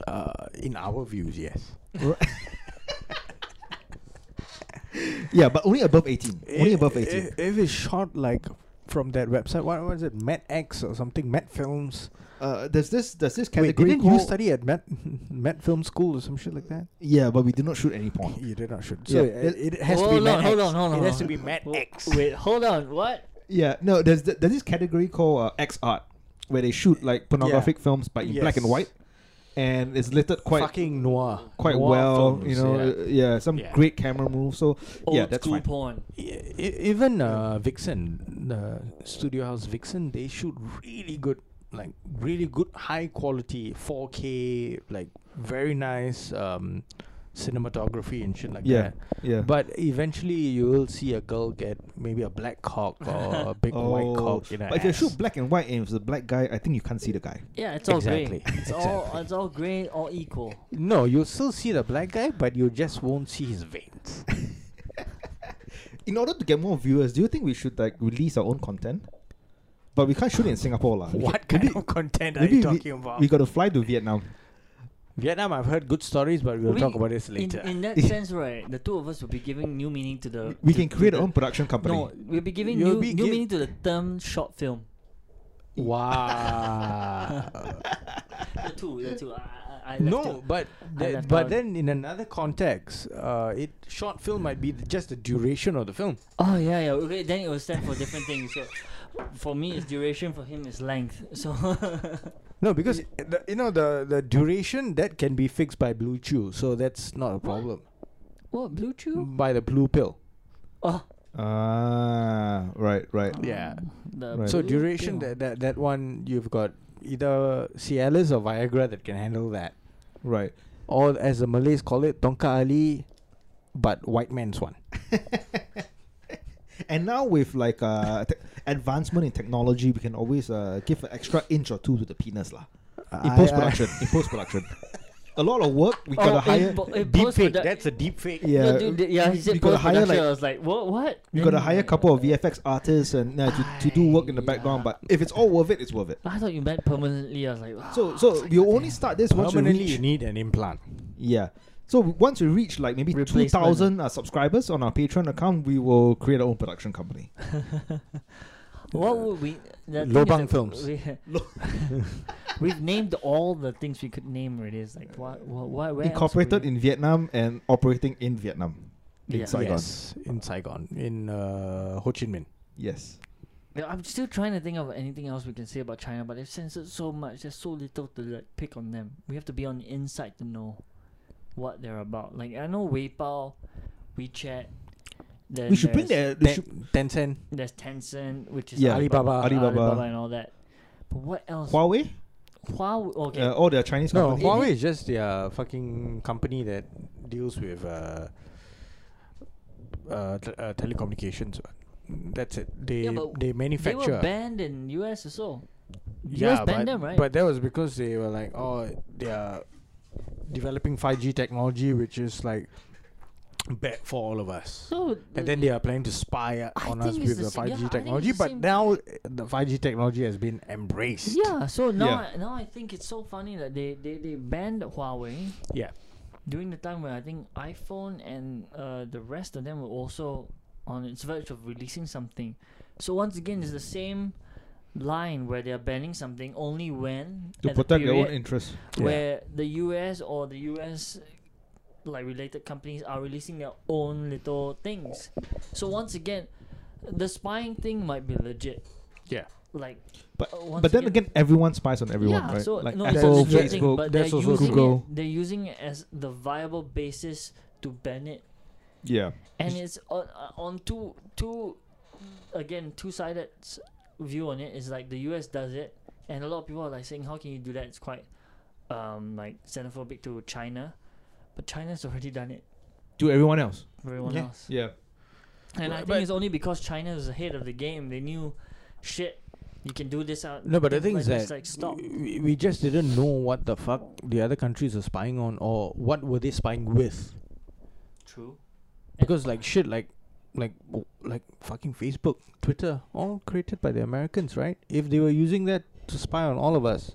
Speaker 1: Uh, in our views, yes.
Speaker 2: yeah, but only above eighteen. only
Speaker 1: I-
Speaker 2: above
Speaker 1: i-
Speaker 2: eighteen.
Speaker 1: If, it's shot like from that website, what was it, Met X or something, Met Films?
Speaker 2: uh, there's this. There's this
Speaker 1: eh. Wait,
Speaker 2: category.
Speaker 1: didn't you
Speaker 2: called-
Speaker 1: study at Met Met Film School or some shit like that?
Speaker 2: Yeah, but we did not shoot any porn.
Speaker 1: You did not should.
Speaker 2: Yeah.
Speaker 1: So uh, it, it has
Speaker 3: hold
Speaker 1: to be
Speaker 3: on,
Speaker 1: Met X.
Speaker 3: hold on, hold on,
Speaker 1: It has to
Speaker 3: hold
Speaker 1: be
Speaker 3: on.
Speaker 1: Met
Speaker 3: Wo-
Speaker 1: X.
Speaker 3: Wait, hold on. What?
Speaker 2: Yeah, no. There's th- there's this category called uh, X art, where they shoot like pornographic films, but in black and
Speaker 1: Yes.
Speaker 2: white, and it's littered quite
Speaker 1: fucking noir.
Speaker 2: quite
Speaker 1: Noir
Speaker 2: well.
Speaker 1: films,
Speaker 2: you know, uh, yeah, some
Speaker 1: Yeah.
Speaker 2: great camera moves. So
Speaker 3: Old
Speaker 2: yeah, that's
Speaker 3: school
Speaker 2: fine.
Speaker 3: porn.
Speaker 1: E- e- even uh, Vixen, the studio house Vixen, they shoot really good, like really good, high quality 4K, like very nice um, cinematography and shit like
Speaker 2: Yeah,
Speaker 1: that.
Speaker 2: yeah.
Speaker 1: But eventually, you will see a girl get maybe a black cock or a big white cock in her
Speaker 2: Oh, but if you
Speaker 1: ass.
Speaker 2: shoot black and white and it's a black guy, I think you can't see the guy.
Speaker 3: Yeah, it's all
Speaker 1: Exactly,
Speaker 3: gray. It's all
Speaker 1: exactly.
Speaker 3: it's all gray, all equal.
Speaker 1: no, you'll still see the black guy, but you just won't see his veins.
Speaker 2: In order to get more viewers, do you think we should like release our own content? But we can't shoot it in Singapore, lah. We
Speaker 1: what
Speaker 2: can-
Speaker 1: kind of content are
Speaker 2: maybe
Speaker 1: you
Speaker 2: we-
Speaker 1: talking about?
Speaker 2: We got to fly to Vietnam.
Speaker 1: Vietnam, I've heard good stories, but we'll
Speaker 3: We-
Speaker 1: talk about this later.
Speaker 3: In, in that sense, right, the two of us will be giving new meaning to the.
Speaker 2: We
Speaker 3: to-
Speaker 2: can
Speaker 3: to
Speaker 2: create
Speaker 3: the-
Speaker 2: our own production company.
Speaker 3: No, we'll be giving
Speaker 1: You'll
Speaker 3: new,
Speaker 1: be
Speaker 3: new
Speaker 1: giv-
Speaker 3: meaning to the term short film.
Speaker 1: Wow.
Speaker 3: The two, the two. I, I- I left
Speaker 1: no,
Speaker 3: it.
Speaker 1: but the-
Speaker 3: left
Speaker 1: but
Speaker 3: out.
Speaker 1: then in another context, uh, it short film might be the, just the duration of the film.
Speaker 3: Oh yeah, yeah. Okay, then it will stand for different things. So, for me, it's duration. For him, it's length. So.
Speaker 1: No, because the, you know the the duration that can be fixed by Blue Chew, so that's not a problem.
Speaker 3: what blue chew?
Speaker 1: By the blue pill.
Speaker 3: Oh,
Speaker 2: Ah, right, right.
Speaker 1: Yeah.
Speaker 3: the
Speaker 2: Right.
Speaker 1: So
Speaker 3: blue
Speaker 1: duration
Speaker 3: chew.
Speaker 1: that, that that one you've got either Cialis or Viagra that can handle that,
Speaker 2: Right.
Speaker 1: or as the Malays call it, Tonka Ali, but white man's one.
Speaker 2: And now with like uh, te- advancement in technology, we can always uh, give an extra inch or two to the penis lah. In
Speaker 1: I-
Speaker 2: post
Speaker 1: I-
Speaker 2: production, in post production. a lot of work. We gotta
Speaker 3: Oh,
Speaker 2: hire.
Speaker 3: in po- in
Speaker 1: Deep
Speaker 3: post
Speaker 1: fake.
Speaker 3: produc-
Speaker 1: That's a deep fake.
Speaker 2: yeah,
Speaker 3: No, dude, th- yeah, he
Speaker 2: we-
Speaker 3: said
Speaker 2: we gotta
Speaker 3: post
Speaker 2: hire
Speaker 3: production. I
Speaker 2: like
Speaker 3: was like, what? What?
Speaker 2: you
Speaker 3: Then-
Speaker 2: gotta hire a couple of VFX artists and yeah, to, to do work in the background. But if it's all worth it, it's worth it.
Speaker 3: I thought you meant permanently. I was like, ah.
Speaker 2: So so we'll only start this once we
Speaker 1: Permanently, you
Speaker 2: reach
Speaker 1: need an implant.
Speaker 2: yeah. So w- once we reach like maybe two
Speaker 3: Replacement.
Speaker 2: thousand uh, subscribers on our Patreon account, we will create our own production company.
Speaker 3: what would we? the thing is
Speaker 1: Lobang
Speaker 3: that
Speaker 1: Films.
Speaker 3: We, we've named all the things we could name already. It's like what? What? what where else
Speaker 2: Incorporated
Speaker 3: would
Speaker 2: in Vietnam and operating in Vietnam.
Speaker 3: we-
Speaker 2: in
Speaker 3: yeah.
Speaker 2: Saigon.
Speaker 1: Yes, in Saigon, in uh, Ho Chi Minh.
Speaker 2: Yes.
Speaker 3: Yeah, I'm still trying to think of anything else we can say about China, but they've censored so much. There's so little to like pick on them. We have to be on the inside to know what they're about. Like I know Weipao, WeChat. Then
Speaker 2: we should bring
Speaker 3: there's-
Speaker 2: their. we should-
Speaker 1: Ten- Tencent.
Speaker 3: There's Tencent, which is
Speaker 2: Yeah.
Speaker 1: Alibaba.
Speaker 2: Alibaba.
Speaker 3: and all that. But what else?
Speaker 2: Huawei,
Speaker 3: Huawei. Okay.
Speaker 2: uh, all their Chinese
Speaker 1: No,
Speaker 2: companies.
Speaker 1: Huawei is just their fucking company that deals with uh, uh, t- uh, telecommunications. That's it. They
Speaker 3: Yeah, but
Speaker 1: they
Speaker 3: they
Speaker 1: manufacture.
Speaker 3: were banned in US or so.
Speaker 1: yeah,
Speaker 3: US
Speaker 1: but,
Speaker 3: banned them, right?
Speaker 1: but that was because they were like, oh, they are developing five G technology, which is like bad for all of us.
Speaker 3: so
Speaker 1: And then they are planning to spy
Speaker 3: I
Speaker 1: on us
Speaker 3: think it's
Speaker 1: with
Speaker 3: the
Speaker 1: the
Speaker 3: sa-
Speaker 1: five
Speaker 3: yeah, I
Speaker 1: G
Speaker 3: think it's
Speaker 1: technology.
Speaker 3: the
Speaker 1: But
Speaker 3: same-
Speaker 1: now uh, the five G technology has been embraced.
Speaker 3: Yeah, so now
Speaker 2: Yeah.
Speaker 3: I, now I think it's so funny that they, they, they banned Huawei
Speaker 1: Yeah.
Speaker 3: during the time where I think iPhone and uh, the rest of them were also on its verge of releasing something. So once again, it's the same line where they are banning something only when
Speaker 2: to
Speaker 3: at the
Speaker 2: protect their own
Speaker 3: period
Speaker 2: interests.
Speaker 1: Yeah.
Speaker 3: where the US or the US like related companies are releasing their own little things. So once again, the spying thing might be legit.
Speaker 1: Yeah.
Speaker 3: Like
Speaker 2: But
Speaker 3: uh, once
Speaker 2: but then again, everyone spies on everyone,
Speaker 3: yeah,
Speaker 2: right?
Speaker 3: so
Speaker 2: like
Speaker 3: no, it's a
Speaker 2: Apple,
Speaker 1: legit
Speaker 3: legit thing,
Speaker 2: Facebook.
Speaker 3: but
Speaker 1: that's
Speaker 3: they're
Speaker 1: also
Speaker 3: using
Speaker 2: Google.
Speaker 3: It, they're using it as the viable basis to ban it,
Speaker 2: yeah.
Speaker 3: and it's on, uh, on two two again two sided view on it. Is like the U.S. does it, and a lot of people are like saying, "How can you do that? It's quite um like xenophobic to China," but China's already done it.
Speaker 2: To everyone else.
Speaker 3: for Everyone
Speaker 1: Yeah.
Speaker 3: else,
Speaker 2: Yeah.
Speaker 3: and I
Speaker 1: Well,
Speaker 3: think
Speaker 1: but-
Speaker 3: it's only because China was ahead of the game. They knew, shit, you can do this out.
Speaker 1: No, but the
Speaker 3: things
Speaker 1: thing is that
Speaker 3: like this, like stop.
Speaker 1: We, we just didn't know what the fuck the other countries are spying on or what were they spying with.
Speaker 3: True.
Speaker 1: Because like shit, like like w- like fucking Facebook, Twitter, all created by the Americans, right? If they were using that to spy on all of us,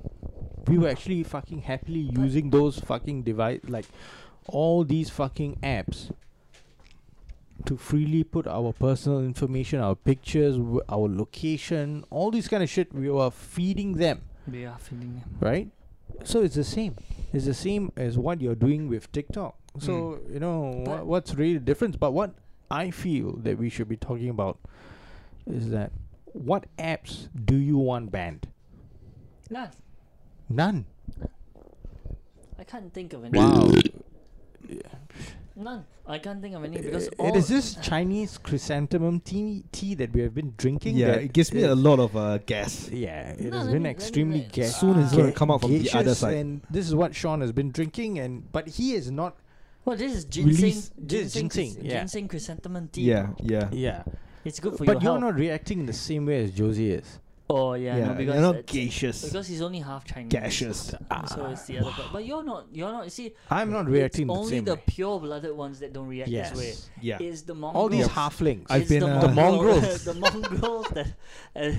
Speaker 1: we were actually fucking happily using those fucking device, like all these fucking apps. To freely put our personal information, our pictures, w- our location, all these kind of shit, we were feeding them
Speaker 3: We are feeling them.
Speaker 1: right? So it's the same. It's the same as what you're doing with TikTok. So you know wha-
Speaker 3: Hmm. But-
Speaker 1: what's really the difference. But what I feel that we should be talking about is that what apps do you want banned?
Speaker 3: Nah,
Speaker 1: None.
Speaker 3: I can't think of any.
Speaker 1: Wow.
Speaker 3: None. I can't think of any because all
Speaker 1: Uh, it is this Chinese chrysanthemum tea, tea that we have been drinking.
Speaker 2: Yeah,
Speaker 1: that
Speaker 2: it gives me a
Speaker 1: is-
Speaker 2: lot of uh, gas.
Speaker 1: Yeah, it
Speaker 3: No,
Speaker 1: has been
Speaker 3: let me- let me
Speaker 1: extremely
Speaker 3: like-
Speaker 1: gas.
Speaker 2: Soon it's gonna
Speaker 1: ga-
Speaker 2: come out from the other
Speaker 1: gaseous,
Speaker 2: side.
Speaker 1: And this is what Sean has been drinking, and but he is not.
Speaker 3: Well, this is ginseng.
Speaker 1: Release- this is
Speaker 3: ginseng,
Speaker 1: ginseng,
Speaker 3: chrysan-
Speaker 1: yeah.
Speaker 3: ginseng chrysanthemum tea.
Speaker 2: Yeah, yeah.
Speaker 1: Yeah,
Speaker 3: It's good for
Speaker 1: but
Speaker 3: your
Speaker 1: you're
Speaker 3: health.
Speaker 1: not reacting in the same way as Josie is.
Speaker 3: oh yeah,
Speaker 2: yeah.
Speaker 3: no, because
Speaker 2: You're not
Speaker 3: it's-
Speaker 2: gaseous.
Speaker 3: because he's only half Chinese.
Speaker 2: Gaseous.
Speaker 3: So it's the other part. But you're not. You're not. you See,
Speaker 1: I'm Ah. not
Speaker 3: it's
Speaker 1: reacting the
Speaker 3: only
Speaker 1: same
Speaker 3: the
Speaker 1: way.
Speaker 3: pure-blooded ones that don't react
Speaker 1: Yes.
Speaker 3: this way.
Speaker 2: Yeah.
Speaker 3: It's the Mongols.
Speaker 1: All these halflings.
Speaker 2: I've
Speaker 3: it's
Speaker 2: been,
Speaker 3: the,
Speaker 2: uh, The
Speaker 1: Mongols.
Speaker 3: the Mongols that uh,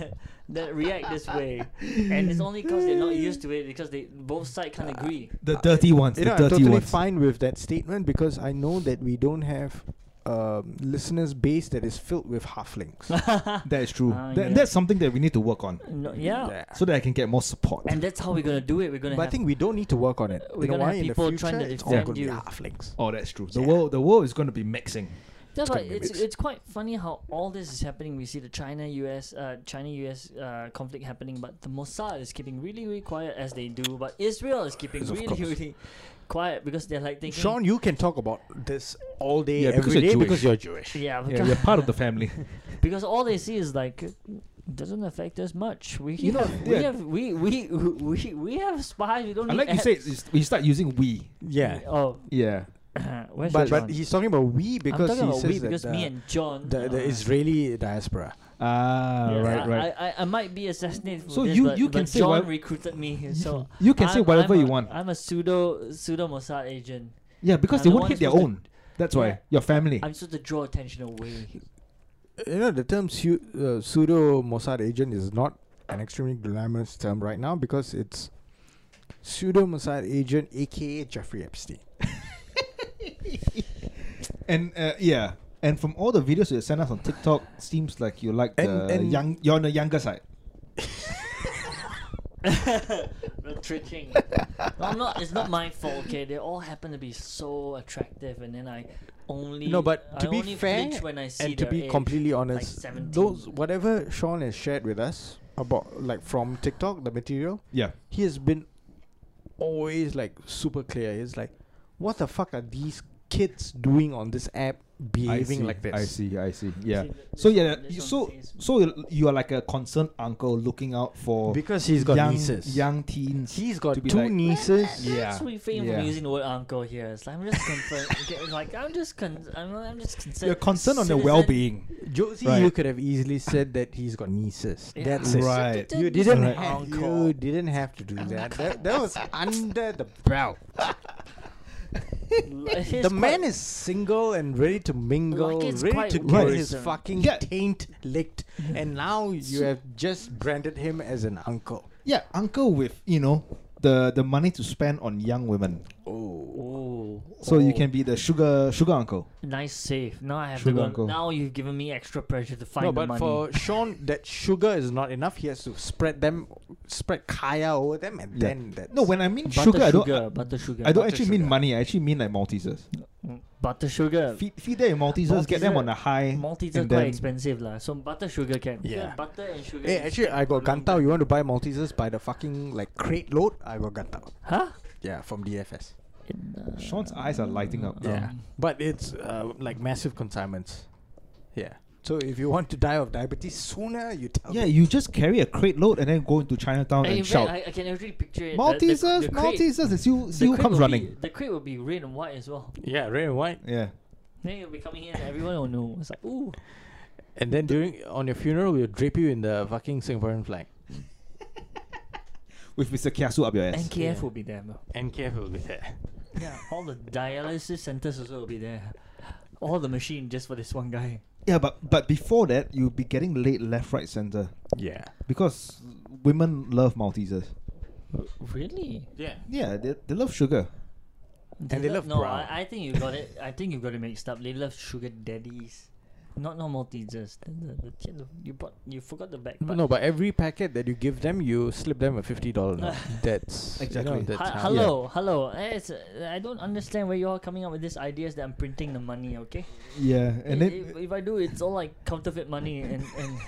Speaker 3: that react this way, and it's only because they're not used to it because they both sides can't agree.
Speaker 2: The dirty ones.
Speaker 1: you
Speaker 2: the
Speaker 1: know, I'm
Speaker 2: dirty
Speaker 1: totally
Speaker 2: ones.
Speaker 1: fine with that statement because I know that we don't have um, listeners base that is filled with halflings.
Speaker 2: That is true.
Speaker 3: Ah,
Speaker 2: That-
Speaker 3: yeah.
Speaker 2: That's something that we need to work on,
Speaker 3: No, yeah.
Speaker 2: so that I can get more support.
Speaker 3: and that's how we're gonna do it. We're gonna.
Speaker 1: But I
Speaker 3: have
Speaker 1: think we don't need to work on it.
Speaker 3: we're
Speaker 1: you know
Speaker 3: gonna
Speaker 1: why?
Speaker 3: have
Speaker 1: In the
Speaker 3: people
Speaker 1: future,
Speaker 3: trying to
Speaker 1: it's all going
Speaker 3: defend
Speaker 1: to be
Speaker 3: you.
Speaker 1: halflings.
Speaker 2: oh, that's true. The
Speaker 1: Yeah.
Speaker 2: world, the world is going to be mixing.
Speaker 3: Yeah,
Speaker 1: It's
Speaker 3: but
Speaker 1: gonna be
Speaker 3: it's
Speaker 1: mixed.
Speaker 3: it's quite funny how all this is happening. We see the China U.S. Uh, China U.S. Uh, conflict happening, but the Mossad is keeping really really quiet as they do. But Israel is keeping
Speaker 1: Yes, of
Speaker 3: really
Speaker 1: course.
Speaker 3: really quiet because they're like thinking.
Speaker 1: Sean, you can talk about this all day,
Speaker 2: Oh. Yeah, because
Speaker 1: every
Speaker 2: you're
Speaker 1: day because
Speaker 2: Jewish.
Speaker 1: you're Jewish.
Speaker 3: yeah,
Speaker 2: Yeah,
Speaker 3: because,
Speaker 2: we're part of the family.
Speaker 3: because all they see is like doesn't affect us much. We
Speaker 2: You know,
Speaker 3: have, we
Speaker 2: yeah.
Speaker 3: have we we we we have spies. We don't.
Speaker 2: I like
Speaker 3: need
Speaker 2: you say, it's- we start using we.
Speaker 1: Yeah.
Speaker 3: apps. Oh,
Speaker 2: Yeah.
Speaker 3: where's
Speaker 1: But,
Speaker 3: John?
Speaker 1: but he's talking about we
Speaker 3: I'm
Speaker 1: because
Speaker 3: talking
Speaker 1: he
Speaker 3: about
Speaker 1: says
Speaker 3: we
Speaker 1: that
Speaker 3: because
Speaker 1: the,
Speaker 3: me and John.
Speaker 1: the, the
Speaker 3: uh,
Speaker 1: Israeli diaspora.
Speaker 2: Ah,
Speaker 3: Yes,
Speaker 2: right,
Speaker 3: I,
Speaker 2: right.
Speaker 3: I, I, I might be assassinated. For
Speaker 2: So
Speaker 3: this,
Speaker 2: you-
Speaker 3: but,
Speaker 2: you
Speaker 3: but
Speaker 2: can say
Speaker 3: John
Speaker 2: why-
Speaker 3: recruited me. So
Speaker 2: you can say
Speaker 3: I'm-
Speaker 2: whatever
Speaker 3: I'm
Speaker 2: you
Speaker 3: a-
Speaker 2: want.
Speaker 3: I'm a pseudo pseudo Mossad agent.
Speaker 2: yeah, because
Speaker 3: I'm
Speaker 2: they
Speaker 3: the
Speaker 2: won't
Speaker 3: one
Speaker 2: hit their
Speaker 3: supposed to-
Speaker 2: own. That's why
Speaker 3: Yeah.
Speaker 2: your family.
Speaker 3: I'm supposed to draw attention away.
Speaker 1: you know the term su- uh, pseudo Mossad agent is not an extremely glamorous term right now because it's pseudo Mossad agent, aka Jeffrey Epstein.
Speaker 2: and uh, yeah, and from all the videos you sent us on TikTok, seems like you like
Speaker 1: And-
Speaker 2: the
Speaker 1: and-
Speaker 2: young. You're on the younger side.
Speaker 3: We're tricking. No, I'm not. It's not my fault. Okay, they all happen to be so attractive, and then I only
Speaker 1: No, but
Speaker 3: I
Speaker 1: to be
Speaker 3: only
Speaker 1: fair
Speaker 3: flinch when I see
Speaker 1: and to
Speaker 3: their
Speaker 1: be
Speaker 3: age,
Speaker 1: completely
Speaker 3: like
Speaker 1: honest,
Speaker 3: 17.
Speaker 1: those whatever Sean has shared with us about like from TikTok the material,
Speaker 2: Yeah.
Speaker 1: he has been always like super clear. He's like, what the fuck are these kids doing on this app behaving
Speaker 2: I see,
Speaker 1: like this?
Speaker 2: I see. I see. Yeah.
Speaker 3: See, th-
Speaker 2: So
Speaker 3: this
Speaker 2: yeah,
Speaker 3: one-
Speaker 2: you-
Speaker 3: this
Speaker 2: so
Speaker 3: one says-
Speaker 2: so you- you are like a concerned uncle looking out for
Speaker 1: Because he's got
Speaker 2: young
Speaker 1: nieces.
Speaker 2: young teens.
Speaker 1: He's got
Speaker 2: to be
Speaker 1: two
Speaker 2: like-
Speaker 1: nieces.
Speaker 2: Yeah.
Speaker 3: That's we fame
Speaker 2: yeah.
Speaker 3: from using the word uncle here. It's like I'm just concerned. okay, like I'm just con- I'm, I'm just concerned.
Speaker 2: You're concerned on their
Speaker 3: citizen-
Speaker 2: well-being.
Speaker 1: Josie,
Speaker 2: Right.
Speaker 1: you could have easily said that he's got nieces.
Speaker 3: Yeah.
Speaker 1: That's
Speaker 2: it.
Speaker 1: it.
Speaker 2: Right.
Speaker 1: You didn't.
Speaker 2: Right.
Speaker 1: Ha-
Speaker 3: Uncle.
Speaker 1: you didn't have to do that. That, that was under the belt. the man is single and ready to mingle,
Speaker 3: Like, it's
Speaker 1: ready
Speaker 3: quite
Speaker 1: to get
Speaker 2: Right.
Speaker 1: his
Speaker 3: worrisome.
Speaker 1: fucking
Speaker 2: Yeah.
Speaker 1: taint licked, and now you
Speaker 2: So-
Speaker 1: have just branded him as an uncle.
Speaker 2: Yeah, uncle with you know the the money to spend on young women.
Speaker 1: Oh,
Speaker 3: Oh,
Speaker 2: So you can be the sugar sugar uncle.
Speaker 3: nice save. Now I have
Speaker 2: Sugar
Speaker 3: to go.
Speaker 2: uncle.
Speaker 3: Now you've given me extra pressure to find
Speaker 1: no,
Speaker 3: the
Speaker 1: but
Speaker 3: money.
Speaker 1: for Sean, that sugar is not enough. He has to spread them, spread kaya over them, and
Speaker 2: Yeah.
Speaker 1: then that
Speaker 2: No, when I mean
Speaker 3: butter
Speaker 2: sugar, I don't
Speaker 3: sugar, butter sugar.
Speaker 2: I don't
Speaker 1: butter
Speaker 2: actually mean
Speaker 1: sugar.
Speaker 2: money. I actually mean like Maltesers.
Speaker 3: Mm, butter sugar.
Speaker 2: Feed, feed them in Maltesers, get them
Speaker 3: Malteser-
Speaker 2: on a high.
Speaker 3: Maltese are
Speaker 2: and
Speaker 3: quite
Speaker 2: then-
Speaker 3: expensive lah. So butter sugar can.
Speaker 1: Yeah.
Speaker 3: Butter and sugar.
Speaker 1: Hey,
Speaker 3: is
Speaker 1: Eh, actually, I got
Speaker 3: definitely
Speaker 1: Gantao. You want to buy Maltesers by the fucking like crate load? I got Gantao.
Speaker 3: the- Huh?
Speaker 1: Yeah, from DFS.
Speaker 2: Sean's eyes are lighting up. now.
Speaker 1: Yeah, but it's uh, like massive consignments. Yeah. So if you want to die of diabetes sooner, you tell
Speaker 2: Yeah,
Speaker 1: me.
Speaker 2: you just carry a crate load and then go into
Speaker 3: I,
Speaker 2: Chinatown
Speaker 3: in
Speaker 2: and
Speaker 3: fact,
Speaker 2: shout.
Speaker 3: I, I can already picture it. The- the-
Speaker 2: Maltesers,
Speaker 3: the crate-
Speaker 2: Maltesers, it's you,
Speaker 3: the
Speaker 2: you
Speaker 3: crate
Speaker 2: comes
Speaker 3: will
Speaker 2: running.
Speaker 3: Be, the crate will be red and white as well.
Speaker 1: Yeah, red and white.
Speaker 2: Yeah.
Speaker 3: Then you'll be coming in and everyone will know. It's like, ooh.
Speaker 1: And then during on your funeral, we'll drape you in the fucking Singaporean flag.
Speaker 2: With Mr. Kiasu up your ass.
Speaker 3: NKF
Speaker 1: Yeah.
Speaker 3: will be there, bro.
Speaker 1: NKF will be there.
Speaker 3: Yeah, all the dialysis centers also will be there. All the machine just for this one guy.
Speaker 2: Yeah, but but before that, you'll be getting laid left, right, center.
Speaker 1: Yeah.
Speaker 2: Because women love Maltesers.
Speaker 3: Really?
Speaker 1: Yeah.
Speaker 2: Yeah, they, they love sugar.
Speaker 1: And they love
Speaker 3: no.
Speaker 1: brown.
Speaker 3: I, I think you got it. I think you got it mixed up. They love sugar daddies, not normal teasers. The, the, the, kid who- you bought you forgot the back. part.
Speaker 1: No, but every packet that you give them, you slip them a fifty dollar note. That's you know,
Speaker 2: Exactly.
Speaker 1: that's
Speaker 3: Ha-
Speaker 1: how-
Speaker 3: hello, hello. Eh, It's, uh, I don't understand where you all coming up with these ideas that I'm printing the money. Okay,
Speaker 2: Yeah, and
Speaker 3: I-
Speaker 2: then
Speaker 3: if, if I do, it's all like counterfeit money and and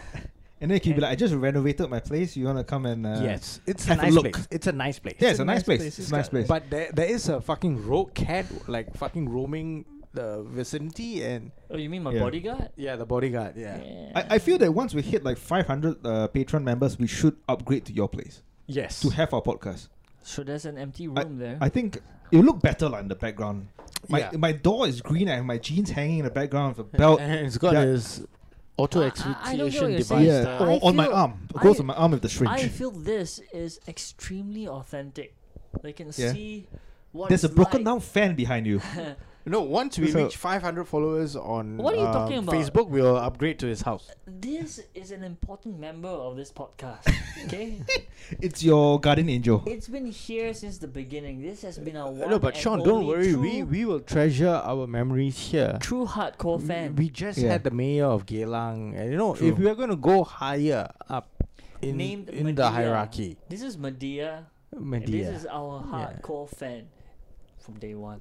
Speaker 2: and then you can be like, I just renovated my place. You wanna come and uh,
Speaker 1: yes, it's a
Speaker 2: have a
Speaker 1: nice
Speaker 2: look.
Speaker 1: place. It's a nice place.
Speaker 2: Yeah, it's, a, nice place. It's a nice place.
Speaker 1: But there, there is a fucking rogue cat like fucking roaming the vicinity and
Speaker 3: oh, you mean my
Speaker 2: Yeah.
Speaker 3: bodyguard?
Speaker 1: yeah, the bodyguard. Yeah.
Speaker 2: I, I feel that once we hit like 500 uh, patron members, we should upgrade to your place
Speaker 1: Yes.
Speaker 2: to have our podcast.
Speaker 3: so there's an empty
Speaker 2: I-
Speaker 3: room there.
Speaker 2: I think it will look better like, in the background. My
Speaker 1: Yeah.
Speaker 2: my door is green. I have my jeans hanging in the background with a belt.
Speaker 1: and it's got
Speaker 2: Yeah.
Speaker 1: his auto
Speaker 3: I- I- I don't get
Speaker 1: excitation
Speaker 3: what you're
Speaker 1: device.
Speaker 3: saying.
Speaker 2: yeah,
Speaker 1: there.
Speaker 3: I
Speaker 2: or on my
Speaker 3: feel-
Speaker 2: arm. It goes
Speaker 3: I-
Speaker 2: on my arm with the string.
Speaker 3: I feel this is extremely authentic. They can
Speaker 2: Yeah.
Speaker 3: see what
Speaker 2: There's a
Speaker 3: it's
Speaker 2: broken
Speaker 3: like.
Speaker 2: down fan behind you.
Speaker 1: No, once we
Speaker 2: So-
Speaker 1: reach 500 followers on
Speaker 3: What are you
Speaker 1: um,
Speaker 3: talking about?
Speaker 1: Facebook, we'll upgrade to his house.
Speaker 3: This is an important member of this podcast. Okay,
Speaker 2: It's your guardian angel.
Speaker 3: it's been here since the beginning. This has been our one
Speaker 1: No, but
Speaker 3: and
Speaker 1: Sean, don't
Speaker 3: only
Speaker 1: worry.
Speaker 3: True,
Speaker 1: We we will treasure our memories here.
Speaker 3: true hardcore fan.
Speaker 1: We just
Speaker 2: Yeah.
Speaker 1: had the mayor of Geylang, and you know,
Speaker 2: True.
Speaker 1: if we are going to go higher up in
Speaker 3: named
Speaker 1: in the
Speaker 3: Medea.
Speaker 1: hierarchy,
Speaker 3: This is Medea, and
Speaker 1: Medea.
Speaker 3: this is our
Speaker 1: Yeah.
Speaker 3: hardcore fan from day one.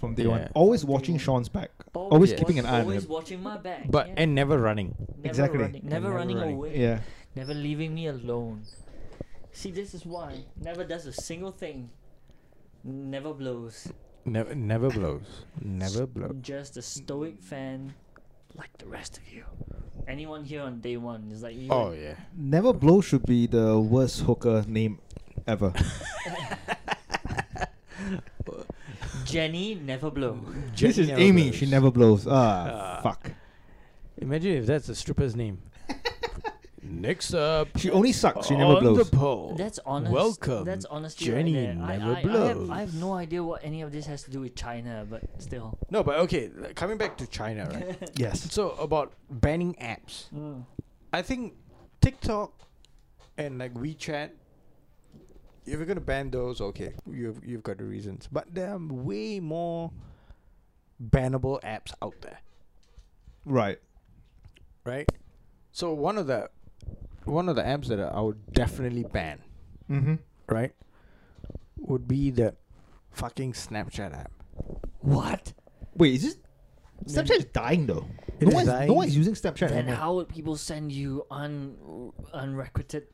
Speaker 2: from day
Speaker 1: Yeah.
Speaker 2: one. Always watching Sean's back. Always,
Speaker 1: yeah.
Speaker 2: keeping an eye on
Speaker 3: Always
Speaker 2: him.
Speaker 3: watching my back.
Speaker 1: but
Speaker 3: yeah.
Speaker 1: and never running.
Speaker 3: never
Speaker 2: exactly.
Speaker 3: running,
Speaker 1: And
Speaker 3: never,
Speaker 1: never
Speaker 3: running,
Speaker 1: running.
Speaker 3: away.
Speaker 2: Yeah.
Speaker 3: Never leaving me alone. See, this is why. Never does a single thing. Never blows.
Speaker 1: Never never blows. Never blows.
Speaker 3: Just a stoic fan like the rest of you. Anyone here on day one is like you.
Speaker 1: Oh yeah.
Speaker 2: Never Blow should be the worst hooker name ever.
Speaker 3: Jenny never blow.
Speaker 1: Jenny
Speaker 2: this is
Speaker 1: never
Speaker 2: Amy.
Speaker 1: blows.
Speaker 2: She never blows. Ah,
Speaker 1: Ah.
Speaker 2: fuck.
Speaker 1: Imagine if that's the stripper's name. Next up,
Speaker 2: She only sucks. She never
Speaker 1: on
Speaker 2: blows.
Speaker 1: The pole,
Speaker 3: That's honest.
Speaker 1: Welcome,
Speaker 3: That's honesty
Speaker 1: Jenny
Speaker 3: right there. I-
Speaker 1: never
Speaker 3: I, I, have, I
Speaker 1: blows.
Speaker 3: have no idea what any of this has to do with China, but still.
Speaker 1: No, but okay, like, coming back to China, right?
Speaker 2: yes.
Speaker 1: so about banning apps. I think TikTok and like WeChat. If you're gonna ban those, okay, you've you've got the reasons. But there are way more bannable apps out there,
Speaker 2: Right.
Speaker 1: right? So one of the one of the apps that I would definitely ban,
Speaker 2: Mm-hmm.
Speaker 1: right, would be the fucking Snapchat app.
Speaker 3: What?
Speaker 2: Wait, is this Snapchat is dying though?
Speaker 1: It
Speaker 2: no
Speaker 1: is
Speaker 2: one's
Speaker 1: dying.
Speaker 2: no one's using Snapchat
Speaker 3: Then
Speaker 2: anymore.
Speaker 3: how would people send you un unrequited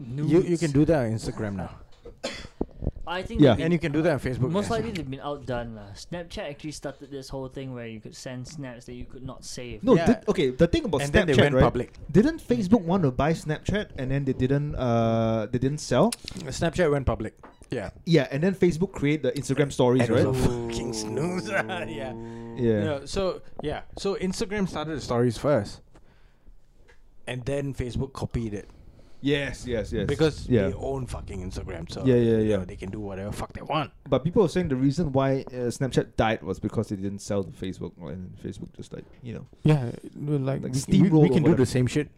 Speaker 3: news?
Speaker 1: You you can do that on Instagram now,
Speaker 3: I think.
Speaker 2: Yeah.
Speaker 3: they've been-
Speaker 1: and you can do that on Facebook.
Speaker 3: Most
Speaker 1: as
Speaker 3: likely
Speaker 1: well.
Speaker 3: they've been outdone. lah. Snapchat actually started this whole thing where you could send snaps that you could not save.
Speaker 2: No,
Speaker 1: Yeah.
Speaker 2: did, okay. The thing about
Speaker 1: And then
Speaker 2: Snapchat,
Speaker 1: they went
Speaker 2: right?
Speaker 1: public.
Speaker 2: Didn't Facebook want to buy Snapchat and then they didn't? Uh, they didn't sell.
Speaker 1: Snapchat went public. Yeah.
Speaker 2: Yeah, and then Facebook create the Instagram stories,
Speaker 1: And
Speaker 2: right?
Speaker 1: it was a fucking snoozer. yeah.
Speaker 2: Yeah.
Speaker 1: No, so yeah. So Instagram started the stories first. And then Facebook copied it.
Speaker 2: Yes, yes, yes.
Speaker 1: Because
Speaker 2: yeah,
Speaker 1: they own fucking Instagram. So
Speaker 2: Yeah, yeah,
Speaker 1: you
Speaker 2: yeah.
Speaker 1: know, they can do whatever fuck they want.
Speaker 2: but people are saying the reason why uh, Snapchat died was because they didn't sell to Facebook, and Facebook just like you know.
Speaker 1: Yeah. Like,
Speaker 2: Like
Speaker 1: we,
Speaker 2: steamroll
Speaker 1: we can do
Speaker 2: over them.
Speaker 1: the same shit.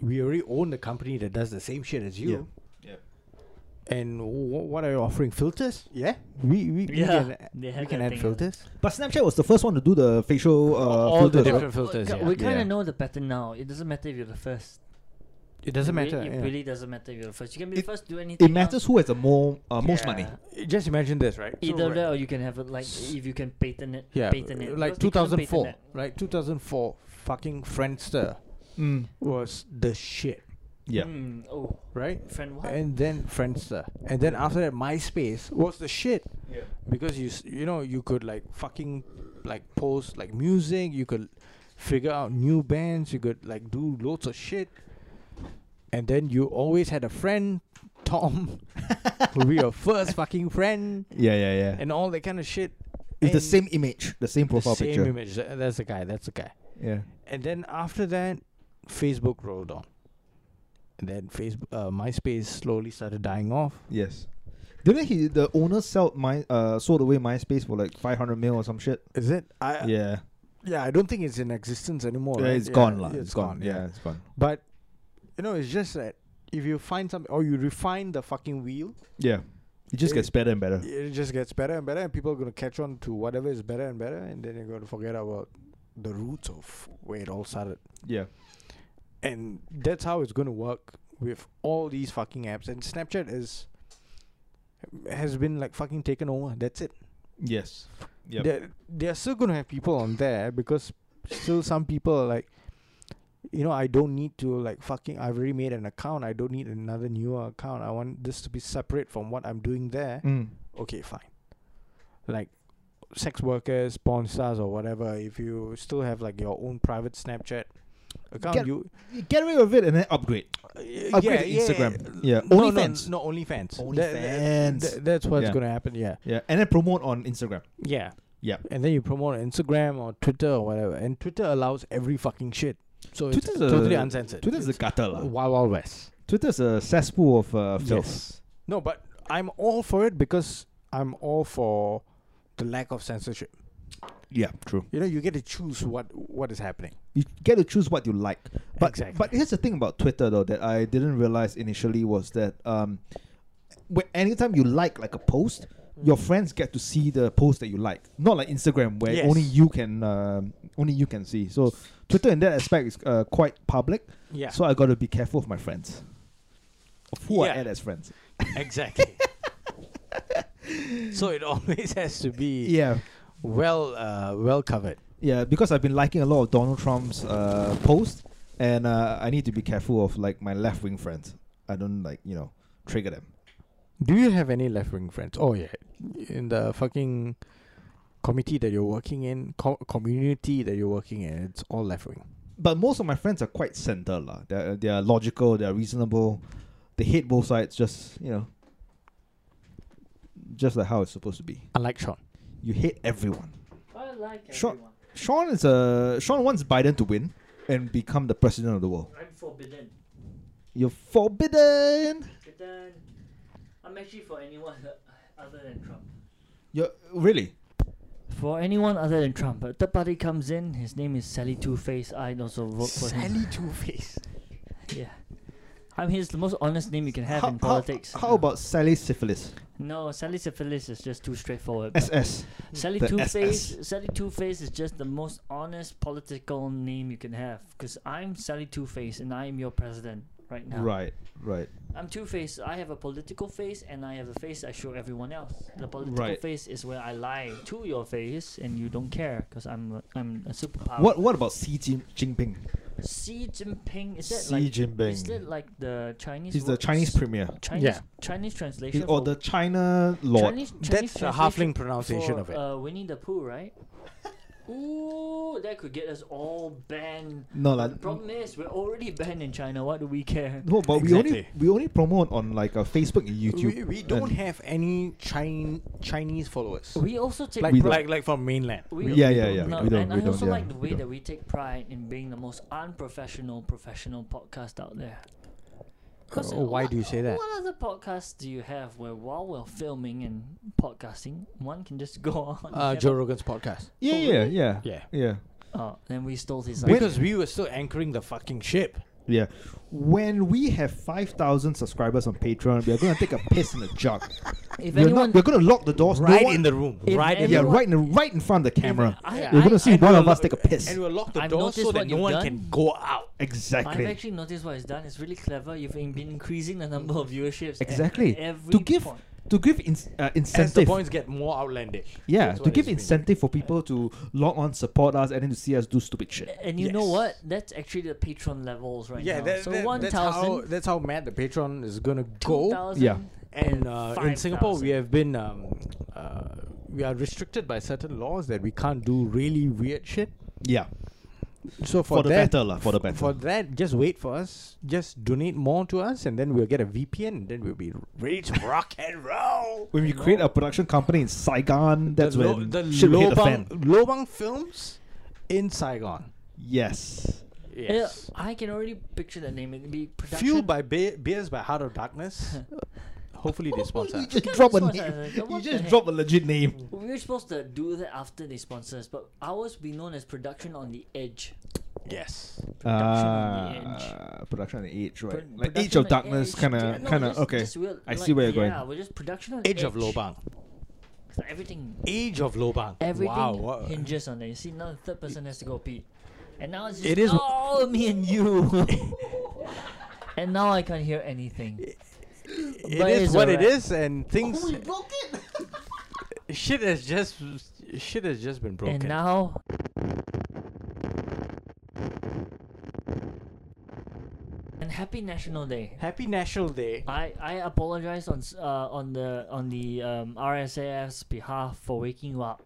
Speaker 1: We already own the company that does the same shit as you.
Speaker 2: Yeah.
Speaker 1: And wh- what are you offering? Filters? Yeah. We we, we
Speaker 3: Yeah,
Speaker 1: can,
Speaker 3: they
Speaker 1: we
Speaker 3: had
Speaker 1: can
Speaker 3: that
Speaker 1: add
Speaker 3: thing.
Speaker 1: filters.
Speaker 2: But Snapchat was the first one to do the facial uh,
Speaker 1: All the
Speaker 2: filters,
Speaker 1: different
Speaker 3: Well,
Speaker 1: filters.
Speaker 3: ki-
Speaker 1: Yeah.
Speaker 3: We kind of
Speaker 2: Yeah.
Speaker 3: know the pattern now. It doesn't matter if you're the first.
Speaker 1: It doesn't
Speaker 3: It really-
Speaker 1: matter.
Speaker 3: It
Speaker 1: yeah.
Speaker 3: really doesn't matter if you're the first. You can be the
Speaker 2: It-
Speaker 3: first to do
Speaker 2: right?
Speaker 3: anything.
Speaker 2: It matters
Speaker 3: else.
Speaker 2: who has the more uh, most
Speaker 3: Yeah.
Speaker 2: money.
Speaker 1: Just imagine this, right? So,
Speaker 3: Either
Speaker 1: right.
Speaker 3: that or you can have it like if you can patent it.
Speaker 1: Yeah,
Speaker 3: patent it.
Speaker 1: like
Speaker 3: Because they couldn't patent
Speaker 1: 2004,
Speaker 3: that.
Speaker 1: right? 2004, fucking Friendster
Speaker 2: Mm.
Speaker 1: was the shit,
Speaker 2: Yeah.
Speaker 3: Hmm, oh,
Speaker 1: right?
Speaker 3: friend, what?
Speaker 1: And then Friendster, and then after that, MySpace was the shit
Speaker 2: Yeah.
Speaker 1: because you s- you know you could like fucking like post like music, you could figure out new bands, you could like do loads of shit, and then you always had a friend, Tom, who be your first fucking friend,
Speaker 2: Yeah, yeah, yeah.
Speaker 1: and all that kind of shit.
Speaker 2: it's
Speaker 1: And
Speaker 2: the same image, the same profile
Speaker 1: same
Speaker 2: picture.
Speaker 1: image. Tha- That's the guy. That's the guy.
Speaker 2: Yeah.
Speaker 1: And then after that, Facebook rolled on. And then Facebook, uh, MySpace slowly started dying off.
Speaker 2: Yes. Didn't he? The owner sold my uh sold away MySpace for like five hundred mil or some shit.
Speaker 1: Is it? I, yeah.
Speaker 2: yeah.
Speaker 1: Yeah, I don't think it's in existence anymore.
Speaker 2: yeah,
Speaker 1: right?
Speaker 2: it's gone lah.
Speaker 1: yeah,
Speaker 2: it's gone. Yeah. it's gone.
Speaker 1: But you know, it's just that if you find something or you refine the fucking wheel,
Speaker 2: Yeah. It just
Speaker 1: It-
Speaker 2: gets better and better.
Speaker 1: it just gets better and better, and people are gonna catch on to whatever is better and better, and then you're gonna forget about the roots of where it all started.
Speaker 2: Yeah.
Speaker 1: and that's how it's going to work with all these fucking apps and snapchat is has been like fucking taken over that's it
Speaker 2: Yes. Yep.
Speaker 1: they're, they're still going to have people on there because still some people are like you know i don't need to like fucking i've already made an account i don't need another newer account i want this to be separate from what i'm doing there
Speaker 2: Mm.
Speaker 1: okay fine like sex workers porn stars or whatever if you still have like your own private snapchat account
Speaker 2: Get-
Speaker 1: you
Speaker 2: Get rid of it and then upgrade.
Speaker 1: Y-
Speaker 2: Upgrade to Instagram. Yeah.
Speaker 1: No,
Speaker 2: OnlyFans.
Speaker 1: No, no, OnlyFans.
Speaker 2: Only
Speaker 1: That-
Speaker 2: fans.
Speaker 1: that- that's what's
Speaker 2: Yeah.
Speaker 1: going to happen. Yeah.
Speaker 2: yeah, and then promote on Instagram.
Speaker 1: Yeah.
Speaker 2: Yeah.
Speaker 1: And then you promote on Instagram or Twitter or whatever. And Twitter allows every fucking shit. So it's
Speaker 2: Twitter's a-
Speaker 1: totally uncensored.
Speaker 2: Twitter's a gutter
Speaker 1: It's
Speaker 2: lah.
Speaker 1: Wild Wild West.
Speaker 2: Twitter's a cesspool of uh, filth.
Speaker 1: Yes. No, but I'm all for it because I'm all for the lack of censorship.
Speaker 2: Yeah, true.
Speaker 1: You know, you get to choose what what is happening.
Speaker 2: you get to choose what you like. But
Speaker 1: Exactly.
Speaker 2: but here's the thing about Twitter though that I didn't realize initially was that um, when anytime you like like a post, your friends get to see the post that you like. Not like Instagram where
Speaker 1: Yes.
Speaker 2: only you can um, only you can see. So Twitter in that aspect is uh, quite public.
Speaker 1: Yeah.
Speaker 2: So I got to be careful of my friends, of who
Speaker 1: Yeah.
Speaker 2: I add as friends.
Speaker 1: exactly. so it always has to be
Speaker 2: Yeah.
Speaker 1: well uh, well covered.
Speaker 2: Yeah, because I've been liking a lot of Donald Trump's uh, posts, and uh, I need to be careful of like my left wing friends. I don't like you know trigger them.
Speaker 1: Do you have any left wing friends? Oh yeah, in the fucking committee that you're working in, co- community that you're working in, it's all left wing.
Speaker 2: But most of my friends are quite center lah. They're they're logical. They're reasonable. They hate both sides. Just you know, just like how it's supposed to be.
Speaker 1: Unlike Sean.
Speaker 2: You hate everyone. uh,
Speaker 3: I like
Speaker 2: Sure.
Speaker 3: everyone.
Speaker 2: Sean is a Sean wants Biden to win and become the president of the world.
Speaker 3: I'm forbidden.
Speaker 2: You're forbidden.
Speaker 3: But then, I'm actually for anyone other than Trump.
Speaker 2: You're really.
Speaker 3: For anyone other than Trump, a third party comes in. His name is Sally Two Face. I'd also vote for him.
Speaker 1: Sally Two Face.
Speaker 3: Yeah. I mean, it's the most honest name you can have
Speaker 2: how,
Speaker 3: in
Speaker 2: how-
Speaker 3: politics.
Speaker 2: How, about Sally Syphilis?
Speaker 3: No, Sally Syphilis is just too straightforward.
Speaker 2: SS.
Speaker 3: Sally
Speaker 2: The
Speaker 3: Two Face.
Speaker 2: SS.
Speaker 3: Sally Two Face is just the most honest political name you can have. Because I'm Sally Two Face and I'm your president right now.
Speaker 2: Right, right.
Speaker 3: I'm two faced. I have a political face and I have a face I show everyone else. The political
Speaker 2: Right.
Speaker 3: face is where I lie to your face and you don't care because I'm a- I'm a superpower.
Speaker 2: What What about Xi Jin- Jinping?
Speaker 3: Xi Jinping is that
Speaker 2: Xi
Speaker 3: like
Speaker 2: Jinping.
Speaker 3: is that like the Chinese?
Speaker 2: He's the
Speaker 3: word?
Speaker 2: Chinese premier.
Speaker 3: Chinese
Speaker 1: Yeah.
Speaker 3: Chinese
Speaker 2: He's,
Speaker 3: translation
Speaker 2: or
Speaker 3: for-
Speaker 2: the China lord.
Speaker 3: Chinese, Chinese
Speaker 1: That's a halfling
Speaker 3: translation
Speaker 1: pronunciation
Speaker 3: for,
Speaker 1: of it.
Speaker 3: Uh, Winnie the Pooh, right? Ooh, that could get us all banned.
Speaker 2: No lah.
Speaker 3: The problem is we're already banned in China. Why do we care?
Speaker 2: No, but we only
Speaker 1: Exactly.
Speaker 2: we only promote on like uh, Facebook and YouTube.
Speaker 1: We, we don't
Speaker 2: and-
Speaker 1: have any Chin- Chinese followers.
Speaker 3: We also take
Speaker 1: like,
Speaker 2: We don't.
Speaker 1: like like from mainland.
Speaker 3: We-
Speaker 2: Yeah,
Speaker 1: we
Speaker 2: yeah,
Speaker 1: don't-
Speaker 2: yeah.
Speaker 1: we
Speaker 3: No,
Speaker 1: don't.
Speaker 2: we don't-
Speaker 3: and
Speaker 2: we
Speaker 3: I
Speaker 2: don't,
Speaker 3: also
Speaker 2: yeah,
Speaker 3: like the
Speaker 2: we
Speaker 3: way
Speaker 2: don't.
Speaker 3: that we take pride in being the most unprofessional professional podcast out there. 'Cause
Speaker 1: Oh, why
Speaker 3: what-
Speaker 1: do you say that?
Speaker 3: What other podcasts do you have where while we're filming and podcasting, one can just go on?
Speaker 1: Uh,
Speaker 3: and-
Speaker 1: Joe Rogan's podcast.
Speaker 2: Yeah, yeah, yeah,
Speaker 1: Yeah.
Speaker 2: yeah,
Speaker 3: Oh, then we stole his idea.
Speaker 1: Because we were still anchoring the fucking ship.
Speaker 2: yeah. When we have five thousand subscribers on Patreon, we are gonna take a piss in a jug.
Speaker 3: If
Speaker 2: We're
Speaker 3: anyone,
Speaker 2: not. We're gonna lock the doors. No
Speaker 1: Right
Speaker 2: one-
Speaker 1: in the room.
Speaker 3: If
Speaker 1: Right in
Speaker 2: Yeah,
Speaker 1: the room.
Speaker 3: anyone-
Speaker 2: right in the, right in front of the camera.
Speaker 3: I-
Speaker 2: We're gonna
Speaker 3: I-
Speaker 2: see
Speaker 1: And
Speaker 2: one
Speaker 1: we'll
Speaker 2: of us
Speaker 1: lock-
Speaker 2: take a piss.
Speaker 1: And we'll lock the
Speaker 3: I've
Speaker 1: door
Speaker 3: noticed
Speaker 1: so
Speaker 3: what
Speaker 1: that no
Speaker 3: you've
Speaker 1: one
Speaker 3: done.
Speaker 1: can go out.
Speaker 2: Exactly.
Speaker 3: I've actually noticed what he's done. It's really clever. You've in- been increasing the number of viewerships. at
Speaker 2: Exactly.
Speaker 3: every
Speaker 2: To give
Speaker 3: point.
Speaker 2: to give in, uh,
Speaker 1: As the
Speaker 2: incentive.
Speaker 1: points get more outlandish.
Speaker 2: Yeah,
Speaker 1: That's
Speaker 2: to
Speaker 1: what
Speaker 2: give
Speaker 1: it's been.
Speaker 2: incentive for people to log on, support us, and then to see us do stupid shit.
Speaker 3: And you know
Speaker 1: Yes.
Speaker 3: what? That's actually the patron levels right
Speaker 1: Yeah,
Speaker 3: now.
Speaker 1: that,
Speaker 3: so
Speaker 1: that-
Speaker 3: one
Speaker 1: that's, how,
Speaker 3: thousand,
Speaker 1: that's how mad the Patreon is going to
Speaker 3: two
Speaker 1: go.
Speaker 3: thousand,
Speaker 2: Yeah.
Speaker 1: And uh, in Singapore,
Speaker 3: 5,000.
Speaker 1: we have been, um, uh, we are restricted by certain laws that we can't do really weird shit.
Speaker 2: Yeah,
Speaker 1: So
Speaker 2: for,
Speaker 1: for,
Speaker 2: the
Speaker 1: that,
Speaker 2: better lah. For the better.
Speaker 1: for that, just wait for us. Just donate more to us, and then we'll get a VPN, and then we'll be ready to rock and roll.
Speaker 2: when we create a production company in Saigon, that's
Speaker 1: the
Speaker 2: when
Speaker 1: the
Speaker 2: shit will hit the fan.
Speaker 1: Lobang, Lobang Films in Saigon.
Speaker 2: Yes.
Speaker 3: Yeah,
Speaker 1: Yes.
Speaker 3: I can already picture the name. It'd be production.
Speaker 1: Fueled by be- beers by Heart of Darkness. Hopefully they sponsor.
Speaker 2: You
Speaker 1: us.
Speaker 2: just
Speaker 3: Can't
Speaker 2: drop a
Speaker 3: sponsor
Speaker 2: name.
Speaker 3: us, like,
Speaker 2: You
Speaker 3: what the
Speaker 2: just
Speaker 3: heck?
Speaker 2: drop a legit name.
Speaker 3: We were supposed to do that after they sponsor us, but ours be known as production on the edge.
Speaker 1: Yes.
Speaker 3: Production on the edge.
Speaker 2: Uh, production on the edge, right?
Speaker 3: Pro-
Speaker 2: like
Speaker 3: production
Speaker 2: Age of
Speaker 3: on
Speaker 2: Darkness,
Speaker 3: edge.
Speaker 2: kind
Speaker 3: Yeah,
Speaker 2: of,
Speaker 3: no,
Speaker 2: kind of.
Speaker 3: just-
Speaker 2: Okay,
Speaker 3: just weird,
Speaker 2: I
Speaker 3: like,
Speaker 2: see where you're
Speaker 3: Yeah,
Speaker 2: going.
Speaker 3: we're just production on
Speaker 1: Age
Speaker 3: edge
Speaker 1: of Lobang.
Speaker 3: It's like everything,
Speaker 1: Age of Lobang.
Speaker 3: everything
Speaker 1: Wow. what-
Speaker 3: hinges on it. You see, now the third person has to go pee, and now it's just
Speaker 1: It is-
Speaker 3: all me and you. and now I can't hear anything. But
Speaker 1: it
Speaker 3: it's
Speaker 1: is what it
Speaker 3: alright.
Speaker 1: is, and things. we broke it. shit has just shit has just been broken.
Speaker 3: And now And happy National Day.
Speaker 1: Happy National Day.
Speaker 3: I, I apologize on s- uh, on the on the um, RSAF's behalf for waking you up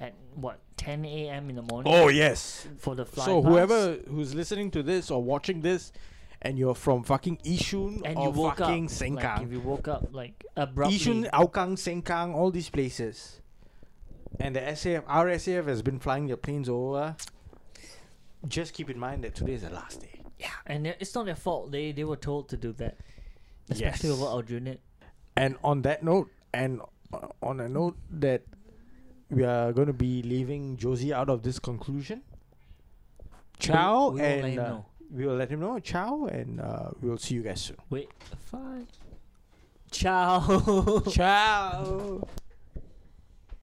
Speaker 3: at what 10 a.m. in the morning
Speaker 1: Oh yes.
Speaker 3: for the flight.
Speaker 1: So whoever who's listening to this or watching this, and you're from fucking Yishun
Speaker 3: and you
Speaker 1: or
Speaker 3: woke
Speaker 1: fucking
Speaker 3: up like if
Speaker 1: Sengkang, ah,
Speaker 3: you woke up like abruptly.
Speaker 1: Yishun, Aokang, Sengkang, all these places, and the SAF, our SAF has been flying their planes over. Just keep in mind that today is the last day.
Speaker 3: yeah, and it- it's not their fault. They they were told to do that, especially
Speaker 1: Yes.
Speaker 3: over our unit.
Speaker 1: And on that note, and uh, on a note that we are going to be leaving Josie out of this conclusion. Ciao,
Speaker 3: we will let
Speaker 1: and
Speaker 3: him
Speaker 1: uh,
Speaker 3: know.
Speaker 1: we will let him know. Ciao, and uh, we will see you guys soon.
Speaker 3: Wait, fine. Ciao.
Speaker 1: Ciao.